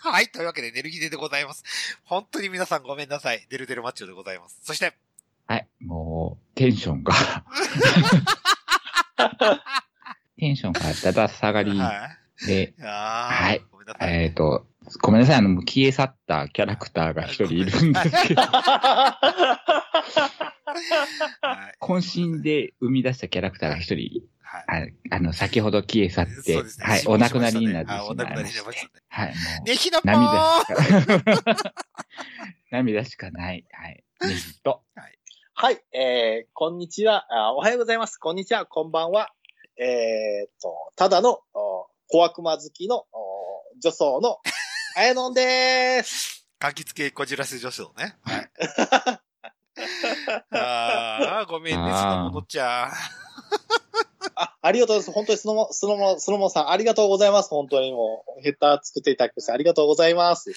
はい。というわけで、寝る日ででございます。本当に皆さんごめんなさい。デルデルマッチョでございます。そして。はい。もう、テンション がテンションがだだ下がりで。はい。ごめんなさい。えっ、ー、と、ごめんなさい。あの、消え去ったキャラクターが一人いるんですけ ど。渾身で生み出したキャラクターが一人、はい、あの、先ほど消え去って、ね、はい、お亡くなりになってしまいました。お亡くなりになりましたね。はい、もう。ねひのぽー涙しかない。はい。 ねひと。はい。はい、えー、こんにちはあ。おはようございます。こんにちは。こんばんは。えー、っと、ただの、小悪魔好きの、女装の、あやのんでーす。かきつけこじらせ女装 ね。はい。ああ、ごめんね、そのものっちゃ。あ、ありがとうございます。本当にそのも、そのも、そのもさん、ありがとうございます。本当にもう、ヘッダー作っていただきまして、ありがとうございます。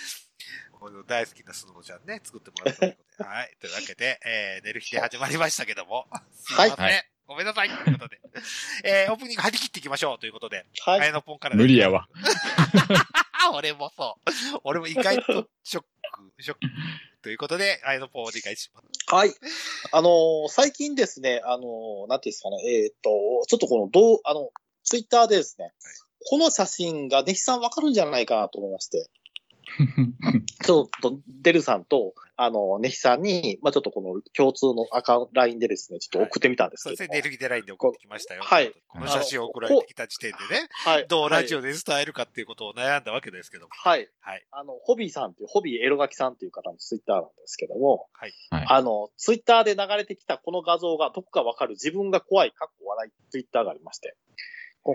大好きなすのもちゃんね、作ってもらったということで。はい。というわけで、えー、寝る日で始まりましたけども。はい。はい。ごめんなさい。ということで。えー、オープニング張り切っていきましょうということで。はい。あやのぽんから、ね、無理やわ。 俺もそう。俺も意外とショック、ショック。ということで、あやのぽんお願いします。はい。あのー、最近ですね、あのー、なんていうんですかね、えっ、ー、と、ちょっとこの、どう、あの、ツイッターでですね、はい、この写真が、ねひさんわかるんじゃないかなと思いまして。 ちょっと、デルさんと、あの、ネヒさんに、まあちょっとこの共通のアカウント、ラインでですね、ちょっと送ってみたんですけど、はい。そうですね、デルギデラインで送ってきましたよ。はい。この写真を送られてきた時点でね、はい。どうラジオで伝えるかっていうことを悩んだわけですけども。はい。はい。あの、ホビーさんっていう、ホビーエロガキさんっていう方のツイッターなんですけども、はい。あの、ツイッターで流れてきたこの画像がどこかわかる自分が怖い、かっこ笑いツイッターがありまして。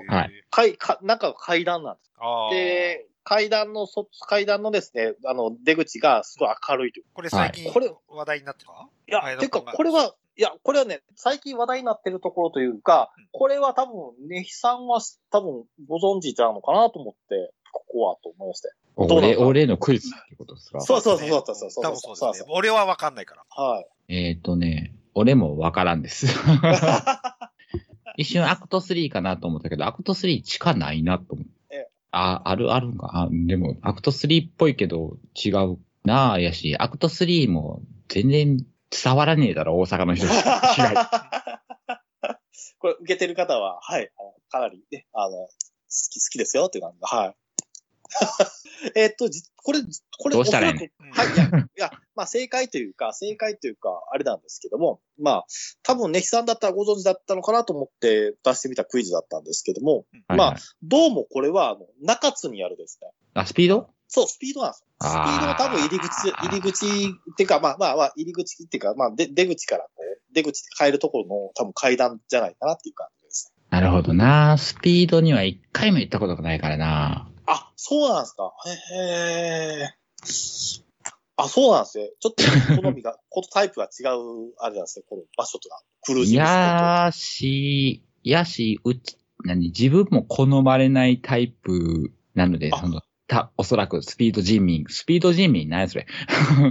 はい。かい、か、中が階段なんです。あで、階段の、そ、階段のですね、あの、出口がすごい明るいという。、これ最近、これ話題になってた、はいいや、てか、これは、いや、これはね、最近話題になってるところというか、うん、これは多分、ねひさんは多分ご存知ちゃうのかなと思って、ここはと思いまして。俺、俺のクイズってことですか。そうそうそうそうそうそう。多分そうですね。そうそう俺はわかんないから。はいえっ、ー、とね、俺もわからんです。 一瞬アクト3かなと思ったけど、アクト3しかないなと思って。あ、あるあるんか。あ、でも、アクト3っぽいけど違うなあやし、アクト3も全然伝わらねえだろ、大阪の 人違い。これ、受けてる方は、はい、かなりね、あの、好き、好きですよっていう感じが、はい。 えっと、これ、これ、どうしたらいいのはい、いや、いや、まあ正解というか、正解というか、あれなんですけども、まあ、多分ね、悲惨だったらご存知だったのかなと思って出してみたクイズだったんですけども、はいはい、まあ、どうもこれは、あの、中津にあるですね。あ、スピードそう、スピードなんですよ。スピードは多分入り口、入り口っていうか、まあまあ、まあ、入り口っていうか、まあ、で出口から、こう、出口で変えるところの多分階段じゃないかなっていう感じですね。なるほどな。スピードには一回も行ったことがないからな。あ、そうなんですか。へえ。あ、そうなんですね。ちょっと好みが、 ことタイプが違う、あれなんですね。この場所とか、クルーズいやーし、いやし、うち、何、自分も好まれないタイプなので、その、た、おそらくスピード人民、スピード人民、何それ。。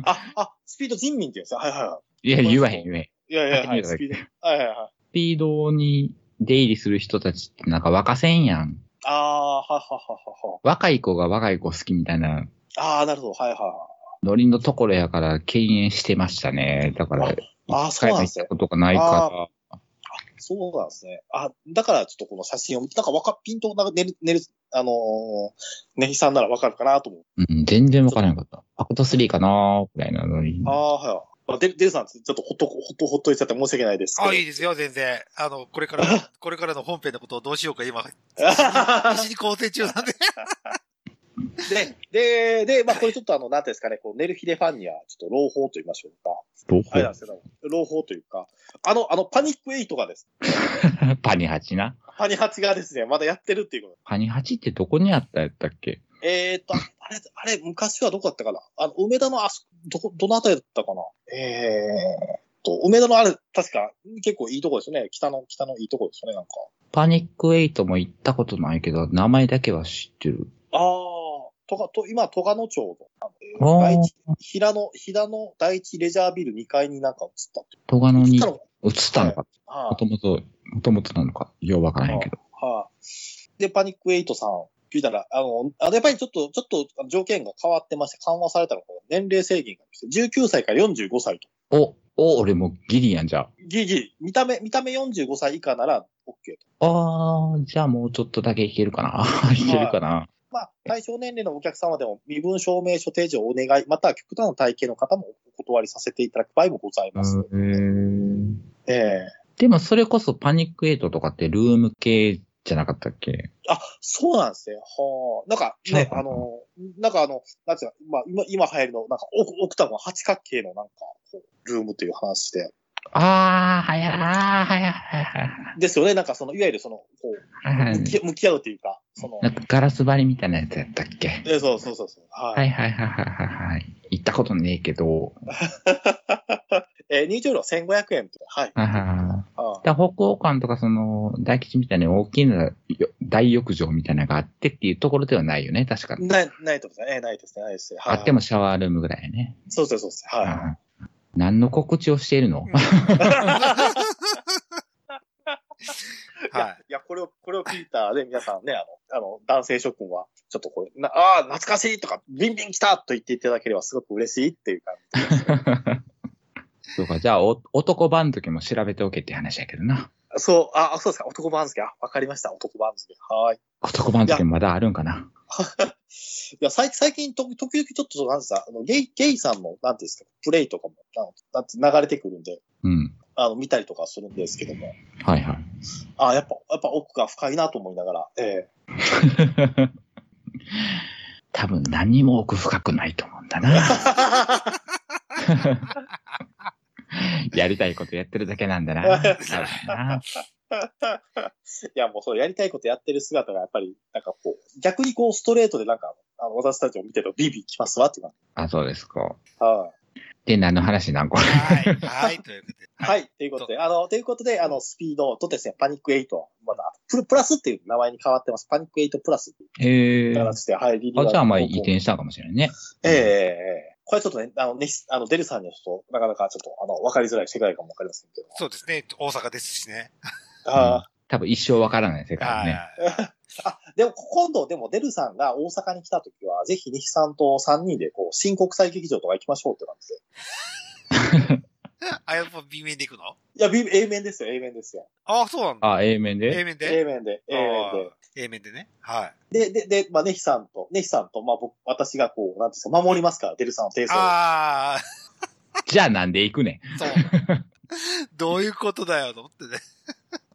あ、あ、スピード人民って言うんですよ。はいはいはいいや、言わへん、言わへん。いやいや、はい、スピード。はいはいはい。スピードに出入りする人たちってなんか若せんやん。ああ、はははは。若い子が若い子好きみたいな。。ああ、なるほど、はいはいはいノリのところやから、敬遠してましたね。だから、ああ、そうなんです。ね。ことがないからそうなんですね。あ、だからちょっとこの写真を見て、なんかわか、ピント、なんか寝る、寝る、あのー、ねひさんならわかるかなと思う。うん、全然わからなかった。アクト3かなぐらいなのに。ああ、はい。まあ、デルさん、ちょっとほっと、ほっと、ほっといちゃって申し訳ないです。あ、いいですよ、全然。あの、これから、これからの本編のことをどうしようか、今、必死に構成中なんで。で、で、で、まあ、これちょっとあの、なんていうんですかね、こう、ネルヒデファンには、ちょっと朗報と言いましょうか。朗報あれなんですけど、朗報というか、あの、あの、パニック8がです、ね。 パニ8な。パニ8がですね、まだやってるっていうこと。パニ8ってどこにあったやったっけえー、っと、あれ、あれ、昔はどこだったかなあの、梅田のあそ、どこ、どのあたりだったかなえー、っと、梅田のあれ、確か、結構いいとこですよね。北の、北のいいとこですよね、なんか。パニック8も行ったことないけど、名前だけは知ってる。ああ、とか、と、今、戸賀野町の、あの、えー、第一、平野、平野第一レジャービル2階になんか移ったって。戸賀野に移ったのか。もともと、もともとなのか。ようわからへんけど。はい、あ、で、パニック8さん聞いたら、あの、あのやっぱりちょっと、ちょっと条件が変わってまして、緩和されたのが年齢制限がありまして、19歳から45歳と。お、お、俺もギリやんじゃ。ギリギリ。見た目、見た目45歳以下なら OK と。ああ、じゃあもうちょっとだけいけるかな。いけるかな。まあまあ、対象年齢のお客様でも身分証明書提示をお願い、または極端な体型の方もお断りさせていただく場合もございます。えー、えー、でもそれこそパニックエイトとかってルーム系じゃなかったっけあ、そうなんですね。はあ。なんか、ね、あの、なんかあの、なんつうか、まあ、今、今流行りの、なんかオ、オクタゴン八角形のなんか、ルームという話で。ああ、はや、ああ、はや、はや、はや。ですよね。なんかその、いわゆるその、こう、向き向き合うというか、その。なんかガラス張りみたいなやつやったっけ、えそうそうそうそう。はいはい、はい、はい、はい。行ったことねえけど。 えー、入場料1500円とか。はい。ああ。だ歩行館とか、その、大吉みたいな大きな大浴場みたいなのがあってっていうところではないよね、確かに。ない、ないとかね。えー、ないですね、ないですね。はい、あってもシャワールームぐらいね。そうそうそうです。はい。あ何の告知をしているのいや、いやこれを、これを聞いたで、皆さんね、あの、あの男性諸君は、ちょっとこれ、なああ、懐かしいとか、ビンビン来たと言っていただければすごく嬉しいっていう感じ、ね、そうか、じゃあお、男版の時も調べておけって話やけどな。そう、あ、そうですか、男番付け。あ、わかりました、男番付け。はい。男番付けまだあるんかな。いや、最近、時々ちょっと、なんてさ、あのゲイ、ゲイさんの、なんていうんですか、プレイとかも、なんて流れてくるんで、うん。あの、見たりとかするんですけども。はいはい。あやっぱ、やっぱ奥が深いなと思いながら、ええー。多分何も奥深くないと思うんだ な。 やりたいことやってるだけなんだ な。いや、もうそう、やりたいことやってる姿が、やっぱり、なんかこう、逆にこう、ストレートでなんか、あの、私たちを見てるとビビきますわ、っていうあ、そうですか。。はいで、何の話なんこれ。はい、はい、ということで。はい、ということで、あの、ということで、あの、スピードとですね、パニック8は、まだ、プラスっていう名前に変わってます。パニック8プラスっていう形で、はい、リリース。じゃあ、まあ、移転したかもしれないね。ええええこれちょっとね、あの、ね、あの、デルさんにと、なかなかちょっと、あの、わかりづらい世界かもわかりませんけど。そうですね。大阪ですしね。ああ。多分一生わからない世界ね。あ、でも今度、でもデルさんが大阪に来た時は、ぜひ西さんと3人で、こう、新国際劇場とか行きましょうって感じで。あ、やっぱ B 面で行くのいや、B、A 面ですよ、A 面ですよ。ああ、そうなんだ。あ、A 面で ?A 面で ?A 面で、A 面で。。A 面でね。はいで、で、で、まあ、ネヒさんと、ネヒさんと、まあ、僕、私がこう、なんですか、守りますから、デルさんの提訴ああ。じゃあなんで行くねん。そう。 どういうことだよ、と思ってね。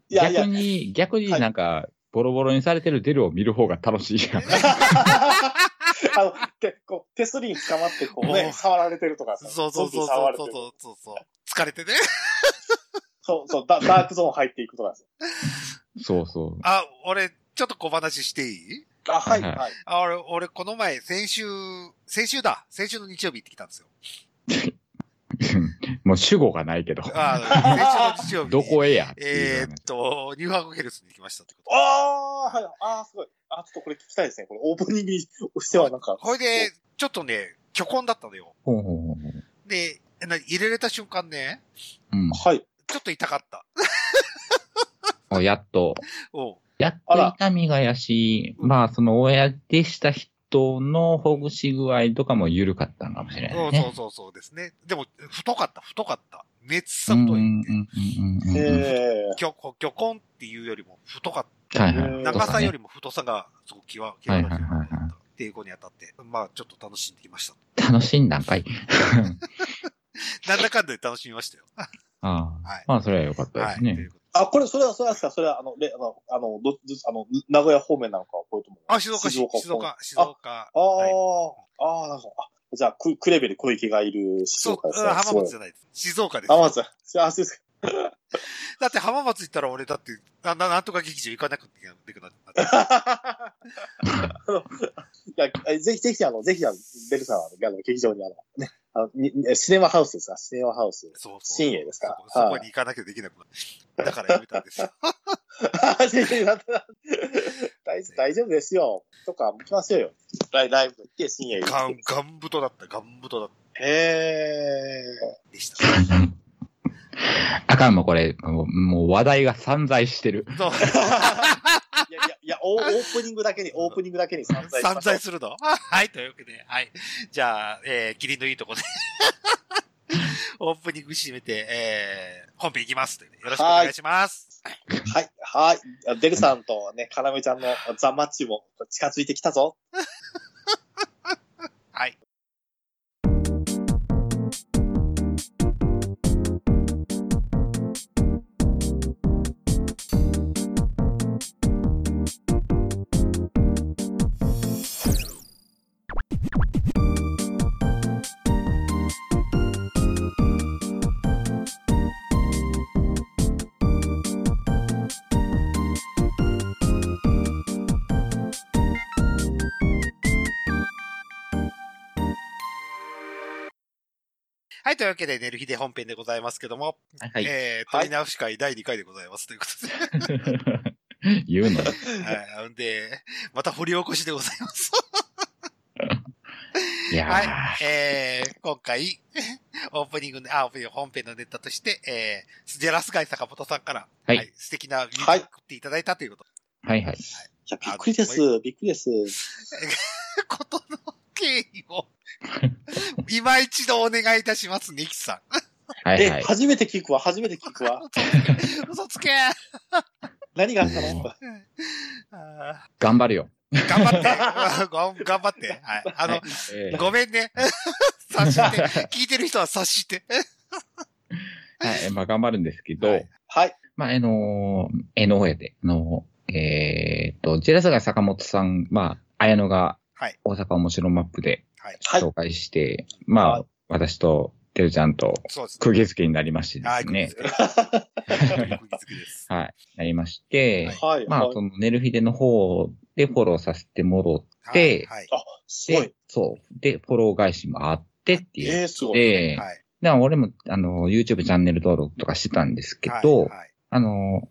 いやいや逆に、逆になんか、はい、ボロボロにされてるデルを見る方が楽しいやん。 あの、て、こう、手すりに捕まって、こうね、触られてるとかさ。そうそうそうそうそうそうそうそう。疲れてね。そうそうダ、ダークゾーン入っていくとかです そうそう。あ、俺、ちょっと小話していいあ、はい、はい。あ、俺、俺、この前、先週、先週だ。先週の日曜日行ってきたんですよ。もう主語がないけど。 あ先週の日曜日。どこへやえー、っと、ニューハーグヘルスに行きましたってこと。ああ、はい。ああ、すごい。あ、ちょっとこれ聞きたいですね。これオープニングにしてはなんか。これで、ちょっとね、巨根だったのよ。で、入れられた瞬間ね。うん。はい。ちょっと痛かった。おやっと。おやっと痛みがやし、あまあ、その、親でした人、ッのほぐし具合とかも緩かったのかもしれない、ね、そうそうそうですね。でも、太かった、太かった。めっちゃ太い。巨巨根っていうよりも太かった。はいはい、長さよりも太さがすごく際立ってっていうにあたって、まあちょっと楽しんできました。楽しんだんかいなんだかんだで楽しみましたよ。ああ、はい、まあそれは良かったですね。はいあ、これ、それは、それはですかそれは、あの、れあの、あの、ど、あの、名古屋方面なのか、これとも。あ、静岡市、静岡、静岡。静岡あ、はい、あ、あなんか、あ、じゃあ、く、くれべり小池がいる静岡ですね。そう、浜松じゃないです。静岡です。浜松。あ、そうですか。だって浜松行ったら俺だって、な、ななんとか劇場行かなくていけなくなって。ぜひぜひ、あの、ぜひ、あの、ベルさんは、あの、劇場にあの、ね、あの、シネマハウスですかシネマハウス。そうそう深夜ですかそこに行かなきゃできなくなる。だからやめたんですよ。 大大丈夫ですよ。とか、行きましょうよ。ライブ行って深夜行。って。ガン、ガ太だった、ガン太だったへえー。でした。あかんもこれ、もう話題が散在してる。そう。いや、いや、いや、オープニングだけに、オープニングだけに散財散財するの はい、というわけで、はい。じゃあ、えー、キリンのいいとこで オープニング締めて、えー、本編いきますというね。よろしくお願いします。はい、はい。デルさんとね、カラメちゃんのザ・マッチも近づいてきたぞ。はい。はい、というわけで、寝る日で本編でございますけども、はい。えー、取はいり直し会第2回でございます。ということ で。言うのね。はい。ほんで、また掘り起こしでござい ます。いやー、はい。えー、今回、オープニングの、あ、オープニング本編のネタとして、えー、スジェラスガイ坂本さんから、はい素敵なミュージック送っていただいたということ。はいはい。いや、びっくりです。びっくりです。ことの経緯を、 今一度お願いいたします、ネキさん。はいはえ、い。初めて聞くわ、初めて聞くわ。嘘つけ何があったのあ頑張るよ。ー頑張ってご頑張って。はい。あの、えーごめんね。 察して。聞いてる人は察して。はい、えーまあ頑張るんですけど、はいはい。まあ、あのー、えのやで、あのー、えーっと、ジェラスが坂本さん、まあ、綾野がはい、大阪面白マップではい。はい。紹介して、まあ、は私と、てるちゃんと、そうですね。釘付けになりましてではい、す釘ね。付け。釘付けです。はい、なりまして、はい。まあは、いその、ネルフィデの方でフォローさせてもろはい。ではい。あ、すごいて。、そう。で、フォロー返しもあってっていう。えー、すごい。で、はい。だから俺も、あの、YouTube チャンネル登録とかしてたんですけど、はいはいあの、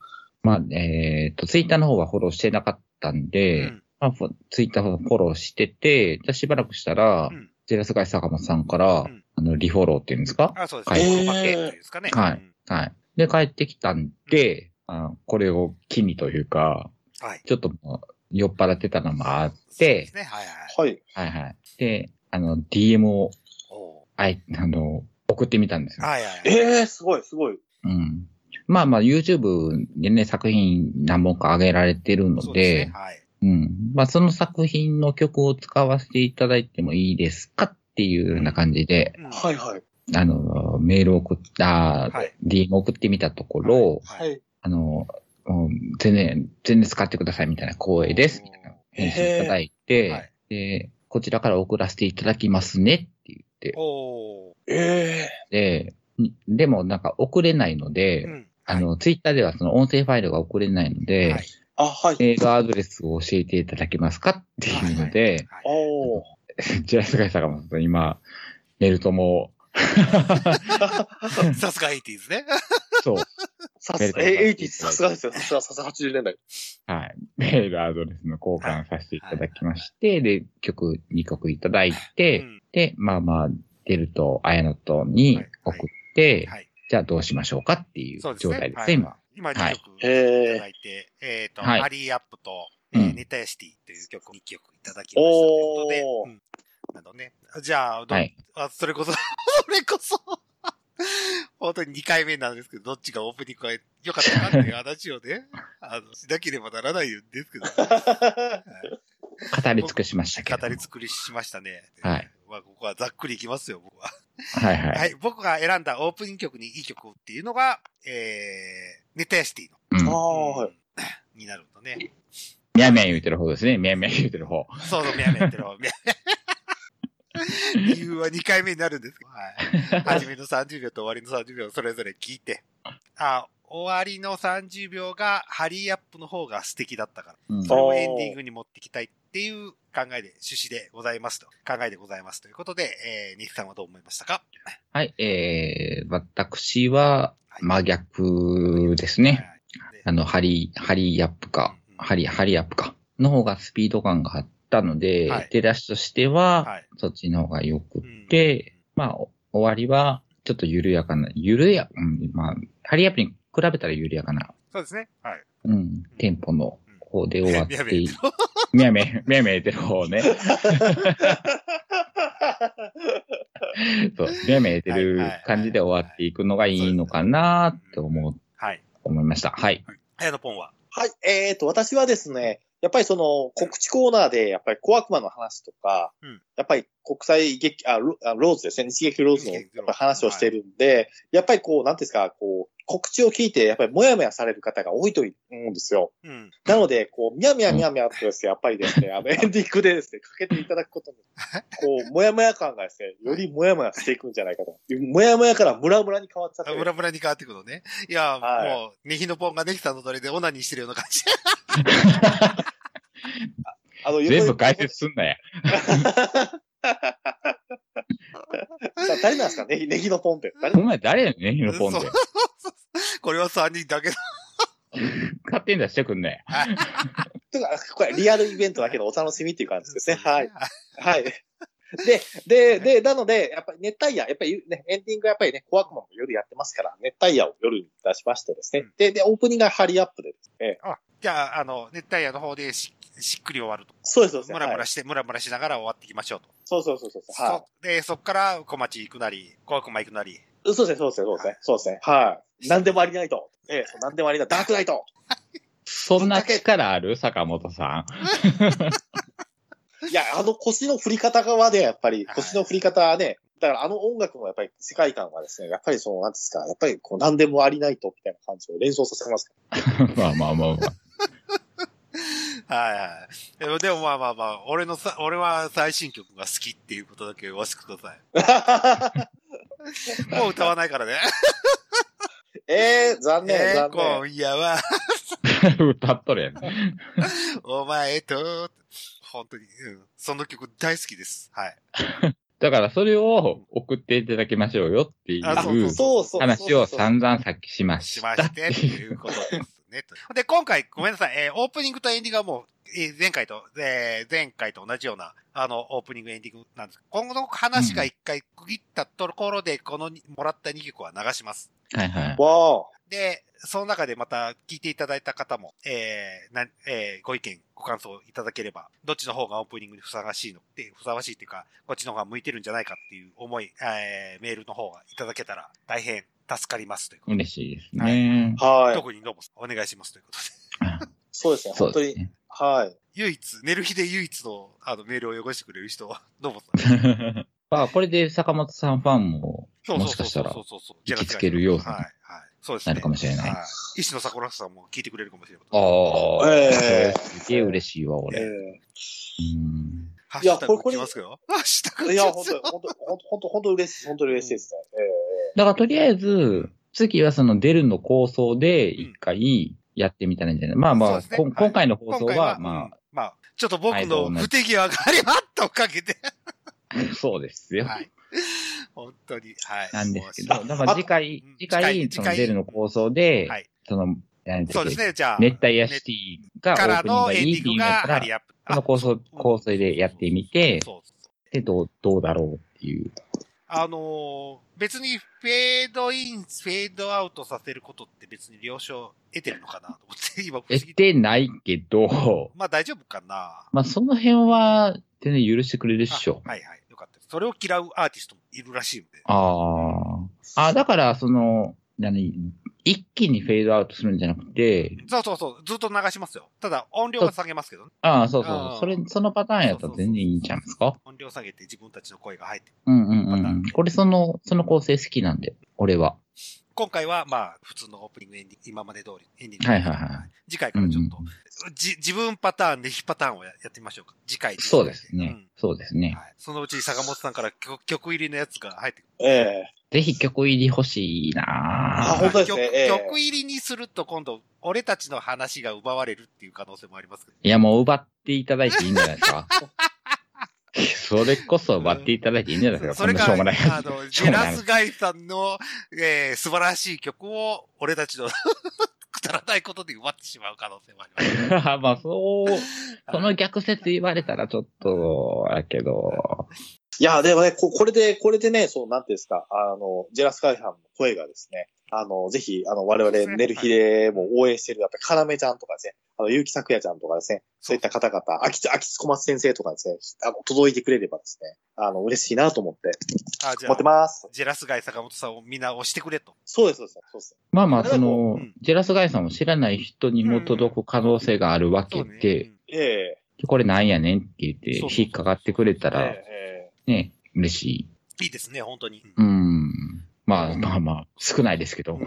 まあ、えっ、と、Twitter の方はフォローしてなかったんうで、んまあ、フォ Twitter の方フォローしてて、じゃあしばらくしたら、うんジェラスガイ坂本さんから、うんあの、リフォローっていうんですか、あ、そうですはね。い黒パッケージというんですかね。はいうんはい。で、帰ってきたんで、あのこれを機にというか、はい。ちょっともう酔っ払ってたのもあっそうでてす、ね。はいはい。はい。はいはい。で、あの、DM を、おうあい、あの、送ってみたんですよ。はいはいはい。えー、すごい、すごい。うん。まあまあ、YouTube でね、作品何本か上げられてるのそうで、すねはい。うん。まあ、その作品の曲を使わせていただいてもいいですかっていうような感じで、うんはい、はい。あの、メールを送った、はい DM を送ってみたところ、は。はいい。あの、うん全然、全然使ってくださいみたいな光栄です、みたいな返信いただいて、はいで、こちらから送らせていただきますねって言って、おーえで、にでもなんか送れないので、うんあの、ツイッターではその音声ファイルが送れないので、はいー、あ、はい。メールアドレスを教えていただけますかっていうので、はいおー。ジェラスガイさんがもう今、寝るともはいさすがエイティーズね。う、そう、さす、えメールアドーレスエイティさすがですよ。さすが、さすが80年代。はい、メールアドレスの交換させていただきまして、で、曲2曲いただいうて、んで、まあまあ、デルとアヤノとに送って、はい。じゃあどうしましょうかっていうそうです状ね。態ですね、はい今。。今、は2い曲いたえだいて、えっと、はいハリーアップと、うんえーネタヤシティという曲2曲いただきましたということでおーうん、なのね。じゃあ、どはい。あ、それ こそ、それこそ、本当に2回目なんですけど、どっちがオープニングが良かったかっていう話をね、あの、しなければならないんですけど、ー。語り尽くしましたけど。語り尽くりしましたね。はい。まあ、ここはざっくりいきますよ、僕は。はいは。はいい。僕が選んだオープニング曲にいい曲っていうのが、えー、ネタヤシティの。うんあー、 はい。になるとね。みゃみゃ言うてる方ですね。みゃみゃ言うてる方。そうそう、みやみやってるわ。みや理由は2回目になるんですけど、はい。初めの30秒と終わりの30秒をそれぞれ聞いて、あ、終わりの30秒がハリーアップの方が素敵だったから、うんそれをエンディングに持ってきたいっていう考えで、趣旨でございますと、考えでございますということで、えー、ニキさんはどう思いましたかはい、えー、私ははい真逆ですね。はいであの、ハリー、ハリーアップかうん、ハリー、ハリーアップか、の方がスピード感があったので、はい出だしとしては、はいそっちの方が良くうんて、まあ、お終わりは、ちょっと緩やかな、緩や、うん、まあ、ハリーアップに比べたら緩やかな、そうですね。はい。うん、テンポのこで終わ っていい。みやめ、みやめ言ってる方ね。そう、みやめ言ってる感じで終わっていくのがいいのかなって思う、はい、思いました。はい。はやのぽんははい、えっ、ー、と、私はですね、やっぱりその告知コーナーで、やっぱり小悪魔の話とか、うん、やっぱり国際劇、あ、ローズですね、日劇ローズの話をしてるんで、はい、やっぱりこう、なんていうんですか、こう、告知を聞いて、やっぱりもやもやされる方が多いと思うんですよ。うん、なので、こう、みやみやみやみやとですね、やっぱりですね、あの、エンディングでですね、かけていただくことに、こう、もやもや感がですね、よりもやもやしていくんじゃないかと。もやもやからムラムラに変わっちゃって。ムラムラに変わってくのね。いや、はい、もう、ねひのぽんができたのどれでオナニーしてるような感じ。 あの、全部解説すんなや。誰なんですかねネギのポンって。お前誰やねネギのポンって。これは3人だけだ。勝手に出してくんね。はい。とか、これリアルイベントだけどお楽しみっていう感じですね。はい。はい。で、で、で、なので、やっぱり熱帯夜、やっぱりね、エンディングはやっぱりね、小悪魔も夜やってますから、熱帯夜を夜に出しましてですね。うん、で、で、オープニングがハリアップでですね。あ、じゃあ、あの、熱帯夜の方でししっくり終わると。そうです、そうです。ムラムラして、ムラムラしながら終わっていきましょうと。そうそうそうそう。はい。で、そっから小町行くなり、小悪魔行くなり。そうですね、そうですね、そうですね。そうですね。はい。何でもありないと。ええ、何でもありない。ダークナイトそんな力ある坂本さん。いや、あの腰の振り方はね、やっぱり、腰の振り方はね、だからあの音楽のやっぱり世界観はですね、やっぱりその、なんですか、やっぱりこう何でもありないと、みたいな感じを連想させます。まあまあまあまあ。はいはい。でも、でもまあまあまあ、俺のさ、俺は最新曲が好きっていうことだけ言わせてください。もう歌わないからね。 ええー、残念、えー、残念。今夜は歌っとるやん、ね。お前と、本当に、うん、その曲大好きです。はい。だからそれを送っていただきましょうよっていう話を散々さっきしました。しましてっていうことですね。 で、今回、ごめんなさい、えー、オープニングとエンディングはもう、えー、前回と、えー、前回と同じような、あの、オープニング、エンディングなんです今後の話が一回区切ったところで、この、もらった2曲は流します。はいはい。わで、その中でまた聞いていただいた方も、えー、な、えー、ご意見、ご感想いただければ、どっちの方がオープニングにふさわしいのって、ふさわしいっていうか、こっちの方が向いてるんじゃないかっていう思い、えー、メールの方がいただけたら大変助かりますということ嬉しいですね。はい。特にどうもお願いしますということで。そうですね、本当に。ね、はい。 唯一、寝る日で唯一の、あの、メールを汚してくれる人は、どうも。 まあ、これで坂本さんファンも、 もしかしたら、行きつけるようになるかもしれない。石野桜さんも聞いてくれるかもしれない。ああ、えー、すげえ嬉しいわ、俺。えー、うんハッシュタグ打ちますよ。ハッシュタグいや、本当本当本当本当嬉しい、本当嬉しいですね。だからとりあえず、次はその出るの構想で一回やってみたらいいんじゃない、まあまあ、今回の放送は、まあ、まあ、ちょっと僕の不手際がありまったかけて。そうですよ。はい。本当に。はい。なんですけど、だから次回、次回、そのデルの構想で、はい。その、そうですね、じゃあ。熱帯夜シティがオープニングがいいっていうんだったら、この構想、構想でやってみて、で、どう、どうだろうっていう。あの別にフェードイン、フェードアウトさせることって別に了承得てるのかなと思って、今得てないけど。まあ大丈夫かな。まあその辺は、全然許してくれるっしょ。はいはい。よかったです。それを嫌うアーティストもいるらしいので。ああ。あ、だから、その、何、一気にフェードアウトするんじゃなくて。そうそうそう。ずっと流しますよ。ただ、音量は下げますけどね。ああ、そうそう。それ、そのパターンやったら全然いいんちゃうんですか音量下げて自分たちの声が入ってうんうんうん。これ、その、その構成好きなんで、俺は。今回は、まあ、普通のオープニング、エンディング、今まで通り、エンディング。はいはいはい。次回からちょっと、じ、自分パターンで非パターンをやってみましょうか。次回。そうですね。そうですね。そのうち坂本さんから曲曲入りのやつが入ってくる。ええぜひ曲入り欲しいなあ、本当ですね。曲入りにすると今度、俺たちの話が奪われるっていう可能性もありますけど。いや、もう奪っていただいていいんじゃないです か。それこそ割っていただいていいんじゃないですか、それから、あ の、ジェラスガイさんの、えー、素晴らしい曲を、俺たちの、 くだらないことで奪ってしまう可能性もあります。 まあ、そう、その逆説言われたらちょっと、だけど。いや、でもね、ここれで、これでね、そう、なんていうんですか、あの、ジェラスカイさんの声がですね、あの、ぜひ、あの、我々、寝る日でも応援してる、やっぱり、要ちゃんとかですね、あの、結城咲夜ちゃんとかですね、そういった方々、秋津、秋津小松先生とかですね、あの、届いてくれればですね、あの、嬉しいなと思って、あじゃあ思ってます。ジェラスガイ坂本さんをみんな押してくれと。そうです、そうです、そうです。まあまあ、それそはもの、うんジェラスガイさんを知らない人にも届く可能性があるわけそうで、ねうんええこれなんやねんって言ってそうそうそう引っかかってくれたえら、えね、嬉しい。いいですね、本当に。ううんん。まあまあまあ、少ないですけど。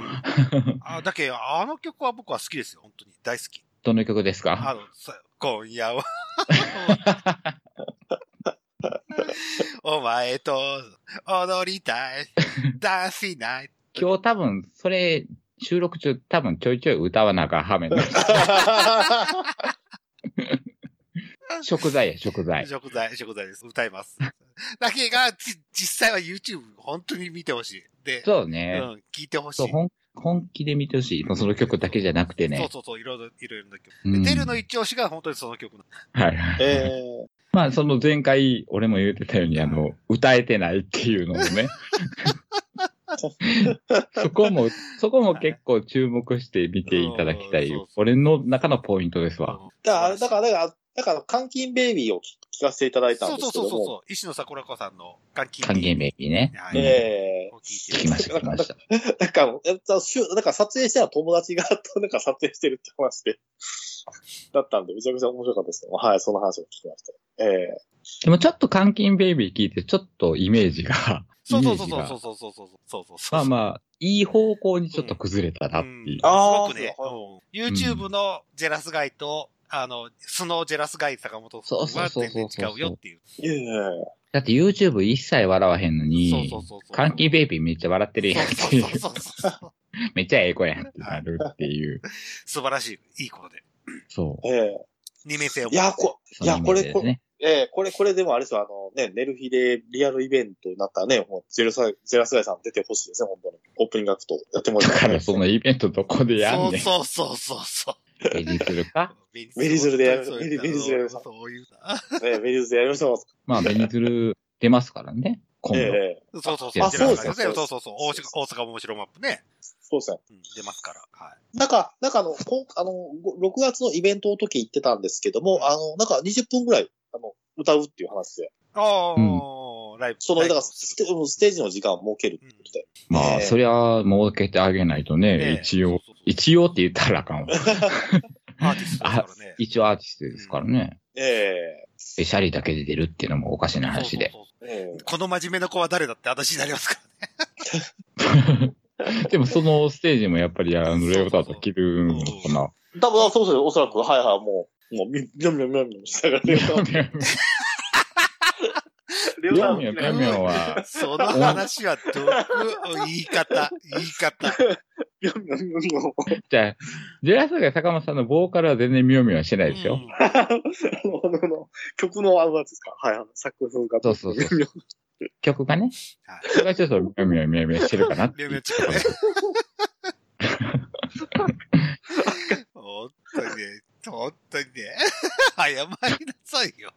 あだけどあの曲は僕は好きですよ、本当に。大好き。どの曲ですあかの、さ今夜はお前と踊りたい、ダンスしない。今日多分、それ、収録中多分ちょいちょい歌わなあかんはめの 食材や、食材。食材、食材です。歌います。だけが、じ実際は YouTube、本当に見てほしい。で、そううね。ん、聞いてほしそうい。本本気で見てほしい。その曲だけじゃなくてそうね。そうそう、いろいろ、いろいろな曲。うで、んテルの一押しが本当にその曲なのはい。ええまあ、その前回、俺も言ってたように、あの、歌えてないっていうのも ね。そこも、そこも結構注目して見ていただきたいうんそうそう。俺の中のポイントですわ。だから、だから、だから、だから、監禁ベイビーを聞かせていただいたんそうでそうすけどそうそも。うそう。石野桜子さんの関係歓迎名義ね。はういんええを聞い聞てきました、聞きました。なんか、やったしゅなんか撮影したら友達が、なんか撮影してるって話で、だったんで、めちゃくちゃ面白かったですね。はい、その話を聞きました。ええでもちょっと監禁ベイビー聞いて、ちょっとイメージが、そうイメそうそうージそうがそうそうそうそうそうそうまあまあ、いい方向にちょっと崩れたなっていう。うんあーすごくね、ううん YouTube のジェラスガイと、あの、スノージェラスガイ坂本さんは全然違うよっていう。いえいえだって YouTube 一切笑わへんのそうにそう、そうそう。監禁ベイビーめっちゃ笑ってるやんっていう。そうそうそうそう。 めっちゃええ子やんってなるっていう。素晴らしい。いいことで。そう。ええ二面性を持いって。や、こ、いや、こそううれ、イメージですこね。ええこれ、これでもあれですよ、あのね、寝る日でリアルイベントになったらね、もうゼロサ、ゼラスガイさん出てほしいですね、本当に。オープニングアクトやってもらいだたかいらそのイベントどこでやんねん。そうそうそうそう。ペリするかメリメリズルでやるそうメリメリズルでやるそういうな。 ね、メリーズでやりましょう。まあ、ベニズル出ますからね。今え度。えそうそうそう。あジェラスガイそうですよそうそうそう。大阪大阪面白マップね。そうですね。うん出ますから。はい。なんか、なんかあの、こんあの、ご6月のイベントの時行ってたんですけども、あの、なんか20分ぐらい、あの、歌うっていう話で、ああ、ライブ。その、ラだイブからをスすテるステージの時間を設けるってことで。まえあ、えそりゃ、儲けてあげないとね、ねえ一応そうそうそう、一応って言ったらあかんわ。アーティストですからね。一応アーティストですからね。ええで、シャリだけで出るっていうのもおかしな話で。そうそうええそうこの真面目な子は誰だって私になります からね。でも、そのステージもやっぱり、あその、うそうそうレオタード着るのかな。多分、そうですね、おそらく、はいはい、もう、もう、み、みょんみょんみょんみょんしたから、レオタミャンミレャンミャンミャンミャンミャンは、その話はどう、言い方、言い方。みょんみょんみょんみょん。じゃあ、ジェラスガイ坂本さんのボーカルは全然ミョミョはしてないですよ。うんあの、あのあの、曲のあの、なんですかはい、あの作風が。そうそうそ曲がね。はいそれがちょっとミョミョミョミョしてるかなってい両う。面チックね。本当にね、本当にね、謝りなさいよ。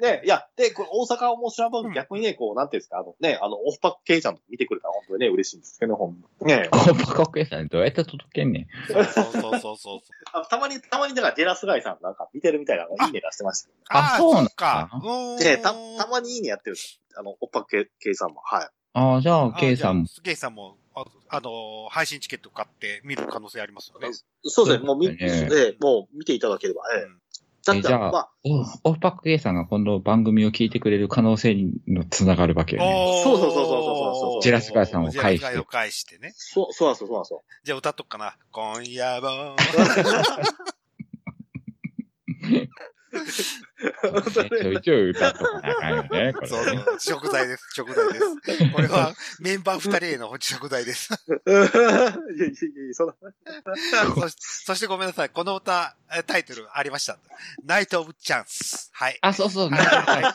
ね、いや、で、これ大阪面白い番組逆にね、こう、なんていうんですか、あのね、あの、オフパックケイちゃんとか見てくれたら本当にね、嬉しいんですけどね、ほんまねコーパコケさんどうやって届けんねん。そうそうそうそう。あたまに、たまに、だから、ジェラスガイさんなんか見てるみたいな、いいね出してましたけどあそうなんだか。ね。で、た、たまにいいねやってるんですよあの、オフパックケイさんも。はい。ああ、じゃあ、ケイさんも。ケイさんも、ああの、配信チケット買って見る可能性ありますよね。そうですね、もう見、ねええもう見ていただければ、ええ。だっえて、じゃあまあ、おオフパック A さんが今度番組を聞いてくれる可能性にのつながるわけよね。おーそうそうそうそうそうそうジェラスガイさんをジェラ返スしガてイを返してね。そう、そうなんですよ、そうなんですよ。じゃあ歌っとくかな。今夜も。ね ちょいちょい歌っとかなあかんよね、これそうね。食材です。食材です。これはメンバー二人への食材です。いやいやいやいや、そんな、そしそしてごめんなさい。この歌、えタイトルありました。ナイト・オブ・チャンス。はい。あ、そうそう、ね、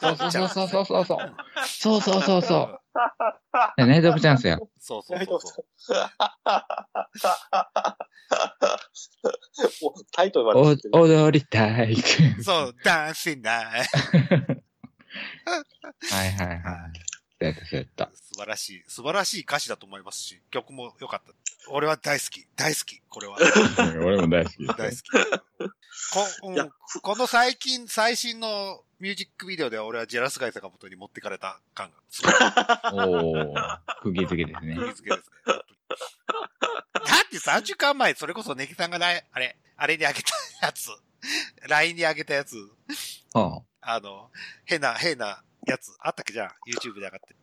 そうそうそうそうそうそう。そうそうそうそう。ナイトオブチャンスや。そうそうそうそう。もうタイトルまでお知ってる踊りたい。そう、ダンス・ナイはいはいはい。そうやった、そうやった。素晴らしい、素晴らしい歌詞だと思いますし、曲も良かった。俺は大好き、大好き、これは。俺も大好き。大好き。こ,、うん、この最近、最新のミュージックビデオでは俺はジェラスガイ坂本に持ってかれた感がすごい。おー、釘付けですね。釘付けですね。だって3週間前、それこそネキさんがね、あれ、あれにあげたやつ、LINE にあげたやつ、ああの、変な、変なやつ、あったっけじゃん ?YouTube で上がってる。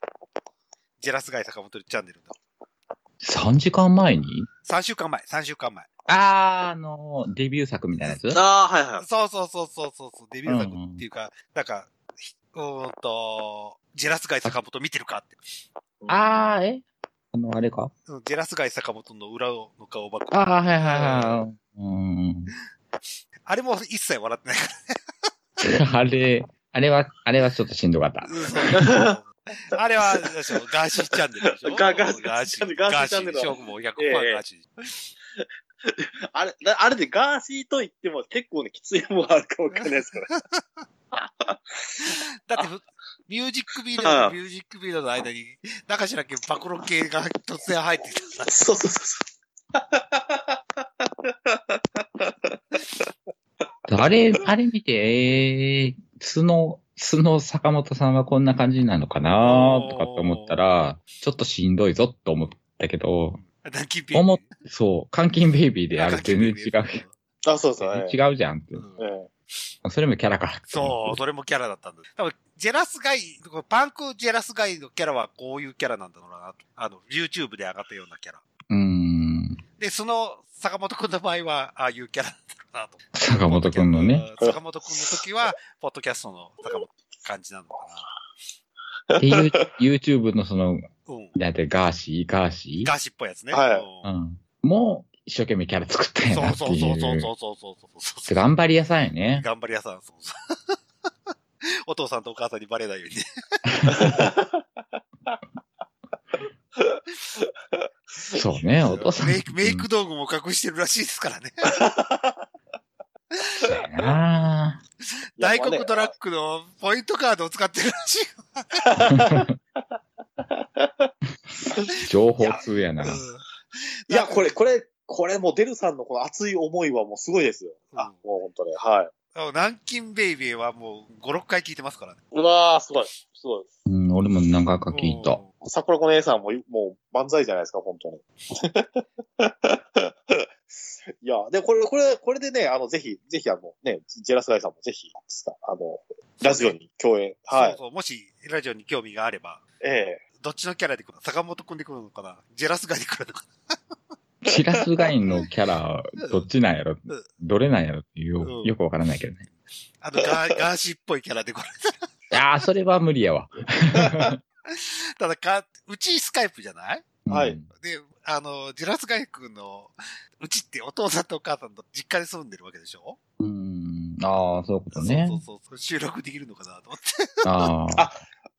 ジェラスガイ坂本チャンネルの。 3時間前に ?3 週間前、3週間前。あー、あのー、デビュー作みたいなやつあー、はいはい。そうそうそうそうそうそう、デビュー作っていうか、うんうん、なんか、うんと、ジェラスガイ坂本見てるかって。あー、えあの、あれかジェラスガイ坂本の裏の顔ばっかり。ああ、はいはいはい。うん。あれも一切笑ってないからね。あれ、あれは、あれはちょっとしんどかった。あれは、でしょ、ガーシーチャンネルでしょ。ガガーシーチャンネル。ガーシーチャンネル。勝負も100%ガーシー。あれ、あれでガーシーと言っても結構ね、きついもんあるかもしれないですから。だって、ミュージックビデオとミュージックビデオの間に、中しらけ暴露系が突然入ってきた。そうそうそうそう。あれ、あれ見て、えー、素の、素の坂本さんはこんな感じなのかなとかって思ったら、ちょっとしんどいぞと思ったけど、監禁ベイビーそう、監禁ベイビーであれ全然違う。あ、そうそう、ね。違うじゃんって。うんそれもキャラか。そう、それもキャラだったんだ。多分、ジェラスガイ、パンクジェラスガイのキャラはこういうキャラなんだろうな、あの、YouTube で上がったようなキャラ。うん。で、その、坂本くんの場合は、ああいうキャラなんだろうなと。坂本くんのね。坂本くんの時は、ポッドキャストの坂本感じなのかな。で、YouTube のその、だいたいガーシー、ガーシーガーシーっぽいやつね。はい。うん。もう、一生懸命キャラ作ったんやなっていう。そうそうそうそうそうそう頑張り屋さんやね。頑張り屋さん、そうそう。お父さんとお母さんにバレないようにね。そうね、お父さん。メイク、メイク道具も隠してるらしいですからね。な大黒トラックのポイントカードを使ってるらしい。情報通やな。いや、これ、これ、これもうデルさんのこの熱い思いはもうすごいですよ。うん、あ、もう本当ね、はい。南京ベイビーはもう5、6回聞いてますからね。うわー、すごい。すごい。うん、俺も何回か聞いた。桜子姉さんも、もう万歳じゃないですか、本当に。 いや、で、これ、これ、これでね、あの、ぜひ、ぜひ、あの、ね、ジェラスガイさんもぜひ、あの、ラジオに共演。はい。そうそう、もし、ラジオに興味があれば。ええどっちのキャラで来る坂本くんで来るのかなジェラスガイで来るのかなチラスガインのキャラ、どっちなんやろ、どれなんやろっていう、よくわからないけどね。あのガー、 ガーシーっぽいキャラでこれ。ああ、それは無理やわ。ただか、うちスカイプじゃないはい。で、あの、ジラスガイ君の、うちってお父さんとお母さんと実家で住んでるわけでしょうん。ああ、そういうことね。。そうそうそう。収録できるのかなと思ってああ。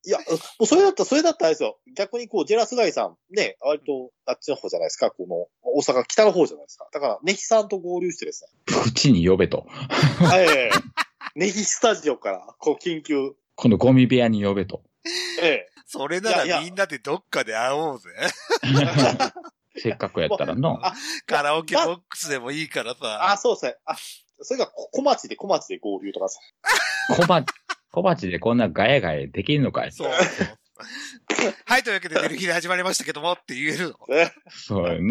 いや、もうそれだったら、それだったらあれですよ。逆にこう、ジェラスガイさん、ね、割と、あっちの方じゃないですか。この、大阪、北の方じゃないですか。だから、ネヒさんと合流してですね。うちに呼べと。はい。ネヒスタジオから、こう、緊急。このゴミ部屋に呼 べと。ええ。それならみんなでどっかで会おうぜ。せっかくやったらの。カラオケボックスでもいいからさ。あ、そうですね。あ、それが小町で小町で合流とかさ。小町。小鉢でこんなガヤガヤできんのかいそう。はい、というわけで、寝る日で始まりましたけどもって言えるの。そうやな。うん、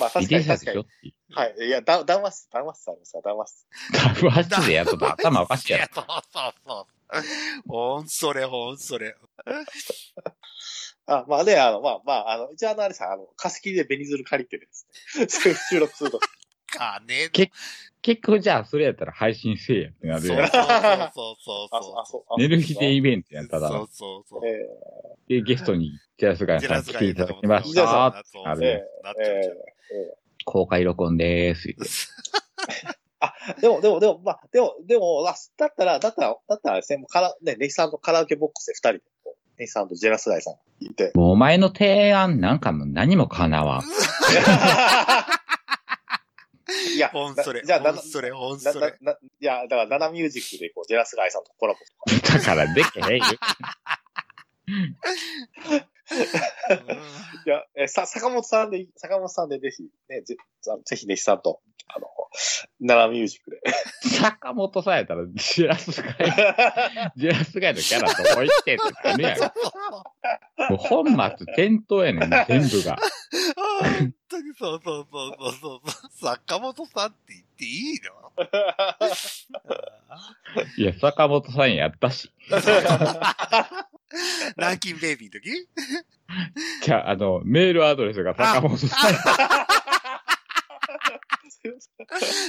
まあ、確かに確かに。はい。いや、だ談話室、談話室ありますか談話室。談話室でやっと頭おかし いやろ。そうそうそう。ほんそれ、ほんそれ。あ、まあね、あの、まあまあ、あの、一応あの、あれさ、あの、貸し切りでベニズル借りてですね。 収録すると。かねえ結局じゃあ、それやったら配信せえやってなるやん。そうそうそうそう寝る日でイベントやったら。そうそうそう。で、ゲストにジェラスガイさん来ていただきました。あれ。公開録音でーす。あ、でも、でも、でも、まあ、でも、でも、だったら、だったら、だったらですね、もうから、ね、ネヒさんとカラオケボックスで二人ネヒさんとジェラスガイさんいて。お前の提案なんかも何も叶わん。いや、ほんそれ。じゃあ、ほんそれ、ほんそれ。いや、だから、ナナミュージックで、こう、ジェラスガイさんとコラボとか。だから、でけへんよ。いや、えさ、坂本さんで、坂本さんでぜひ、ね、ぜぜひ、弟子さんと、あの、奈良ミュージックで。坂本さんやったら、ジュラスガイ、ジュラスガイのキャラとこ行ってってなるやん。もう本末転倒やねん、全部が。本当にそうそうそうそうそう。坂本さんって言っていいのいや、坂本さんやったし。ランキンベイビーの時じゃあ、あの、メールアドレスが坂本さん。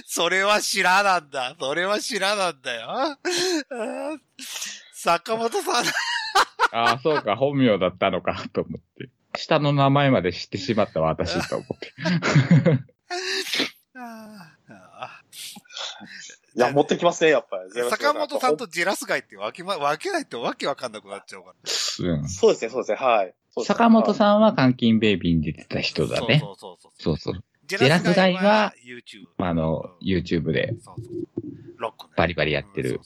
それは知らなんだ。それは知らなんだよ。坂本さん。ああ、そうか、本名だったのか、と思って。下の名前まで知ってしまった私、と思って。いや、持ってきますね、やっぱり。。坂本さんとジェラス街って分け,、ま、分けないとわけわかんなくなっちゃうからうん、そうですね、そうですね、はい。坂本さんは監禁ベイビーに出てた人だね。そうそうそうそうそうそう。ジェラス街は、YouTube。あの、YouTube で、バリバリやってる。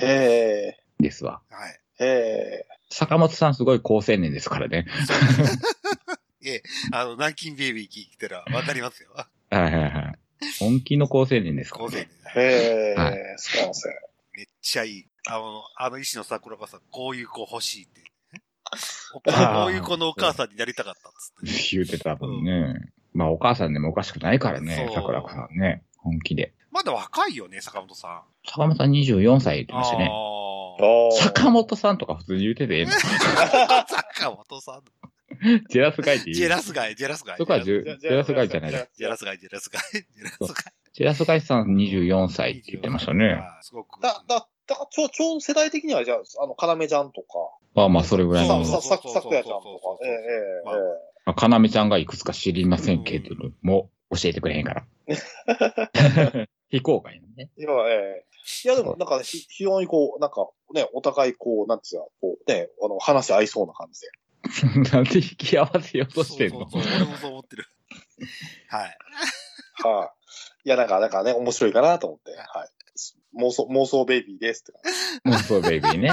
ええ。ですわ。はい。ええ。坂本さんすごい高青年ですからね。ええ、あの、南京ベイビー聞いたらわかります よ。はいはいはい。本気の高青年ですか、高ね、青年。へえ、はい、そうなんですよ。めっちゃいい。あの、あの石野桜庭さん、こういう子欲しいって。こういう子のお母さんになりたかったっつって。言うてたもんね。うん、まあお母さんでもおかしくないからね、桜子さんね。本気で。まだ若いよね、坂本さん。坂本さん24歳って言ってましたね。坂本さんとか普通に言うててええの 坂本さん。ジェラスガイって言う。ジェラスガイ、ジェラスガイ。そこはジェラスガイじゃないジェラスガイ、ジェラスガイ、ジェラスガイ。ジェラスガイさん24歳って言ってましたね。すごく。だ、だ、だちょ、ちょうど世代的には、じゃあ、あの、カナメちゃんとか。まあまあ、それぐらいの。さ、さ、さくやちゃんとか。ええ、ええ。カナメちゃんがいくつか知りませんけども、教えてくれへんから。非公開のね。いや、ええ。いや、でも、なんか、非常にこう、なんか、ね、お互いこう、なんていうか、こう、ね、あの、話合いそうな感じで。なんで引き合わせようとしてんのそう俺もそう思ってる。 はい。はい。いや、なんか、なんかね、面白いかなと思って。はい。妄想、妄想ベイビーです妄想ベイビーね。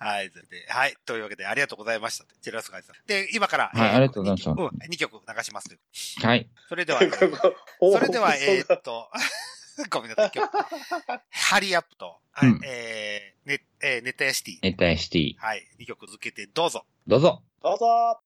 はい、はい。というわけで、ありがとうございました。ジェラスガイさん。で、今から、、はい、ありがとうございました。うん2曲流します。はい。それで は、 それでは、えっと、 ごめんなさい、今 日。ハリーアップと、はい、えー、ね、えー、ネタヤシティ。ネタヤシティ。はい。2曲続けてどうぞ。どうぞ。どうぞ。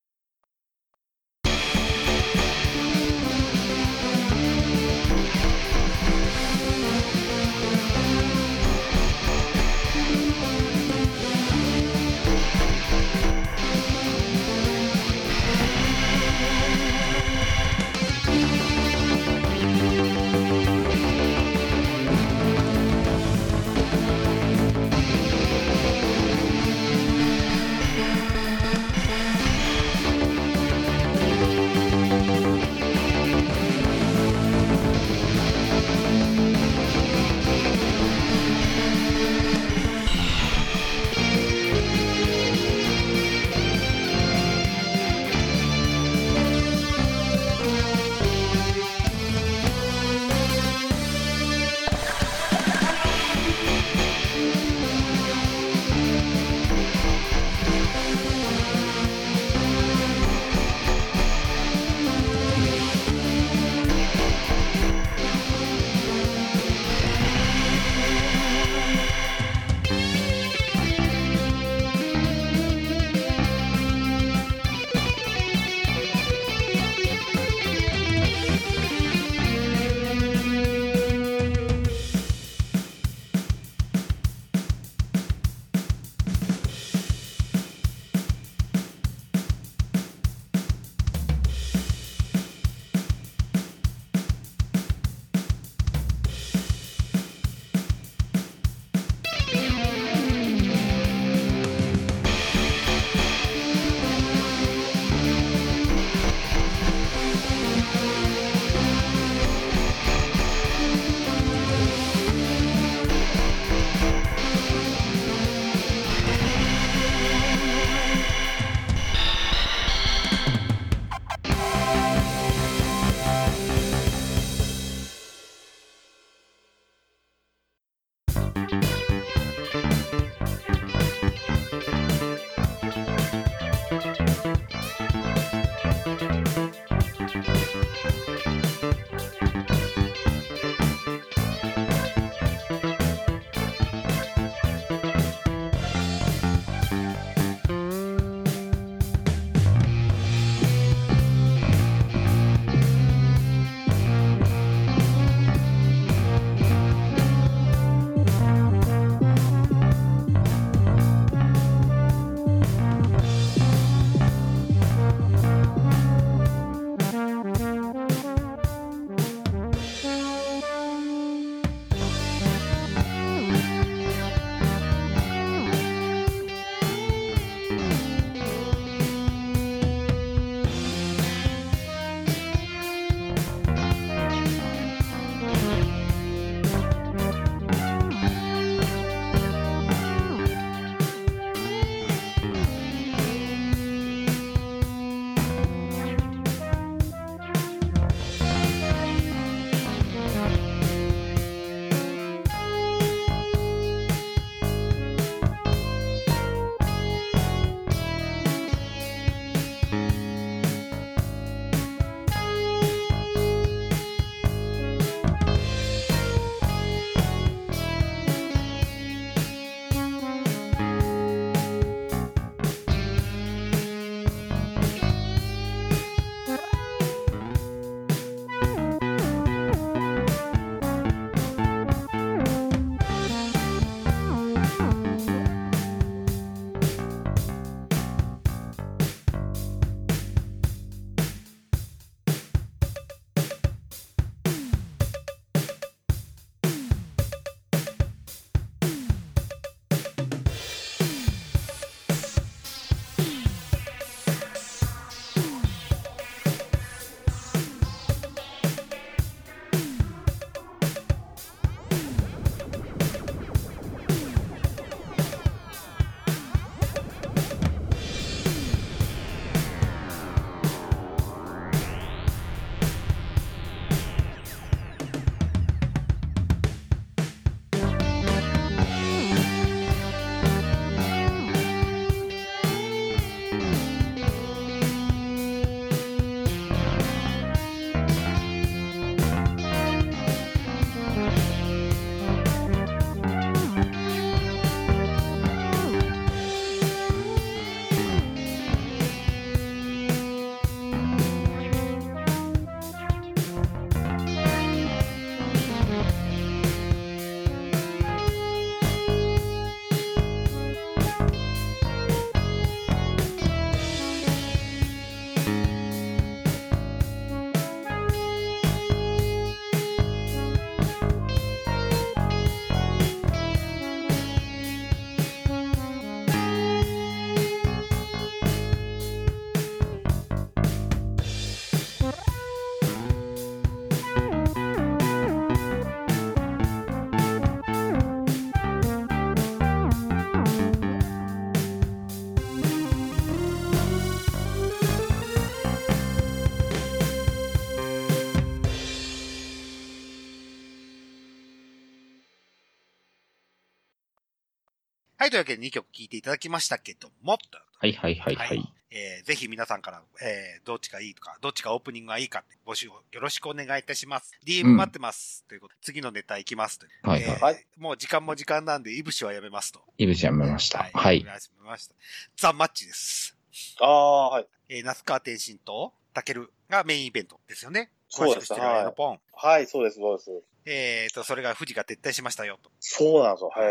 はい、というわけで2曲聴いていただきましたけども、はいはいはいはい。はいえー、ぜひ皆さんから、えー、どっちがいいとか、どっちがオープニングがいいかって募集をよろしくお願いいたします。DM 待ってます。うん、ということで、次のネタいきますという。はい、はい、えー、もう時間も時間なんで、いぶしはやめますと。いぶしやめました。はい。はい、、やめました。ザ・マッチです。ああ、はい。えー、那須川天心と、たけるがメインイベントですよね。、そうです。はいポン。はい、そうです、そうです。えっ、ー、と、それが富士が撤退しましたよ、と。。そうなんですよ、は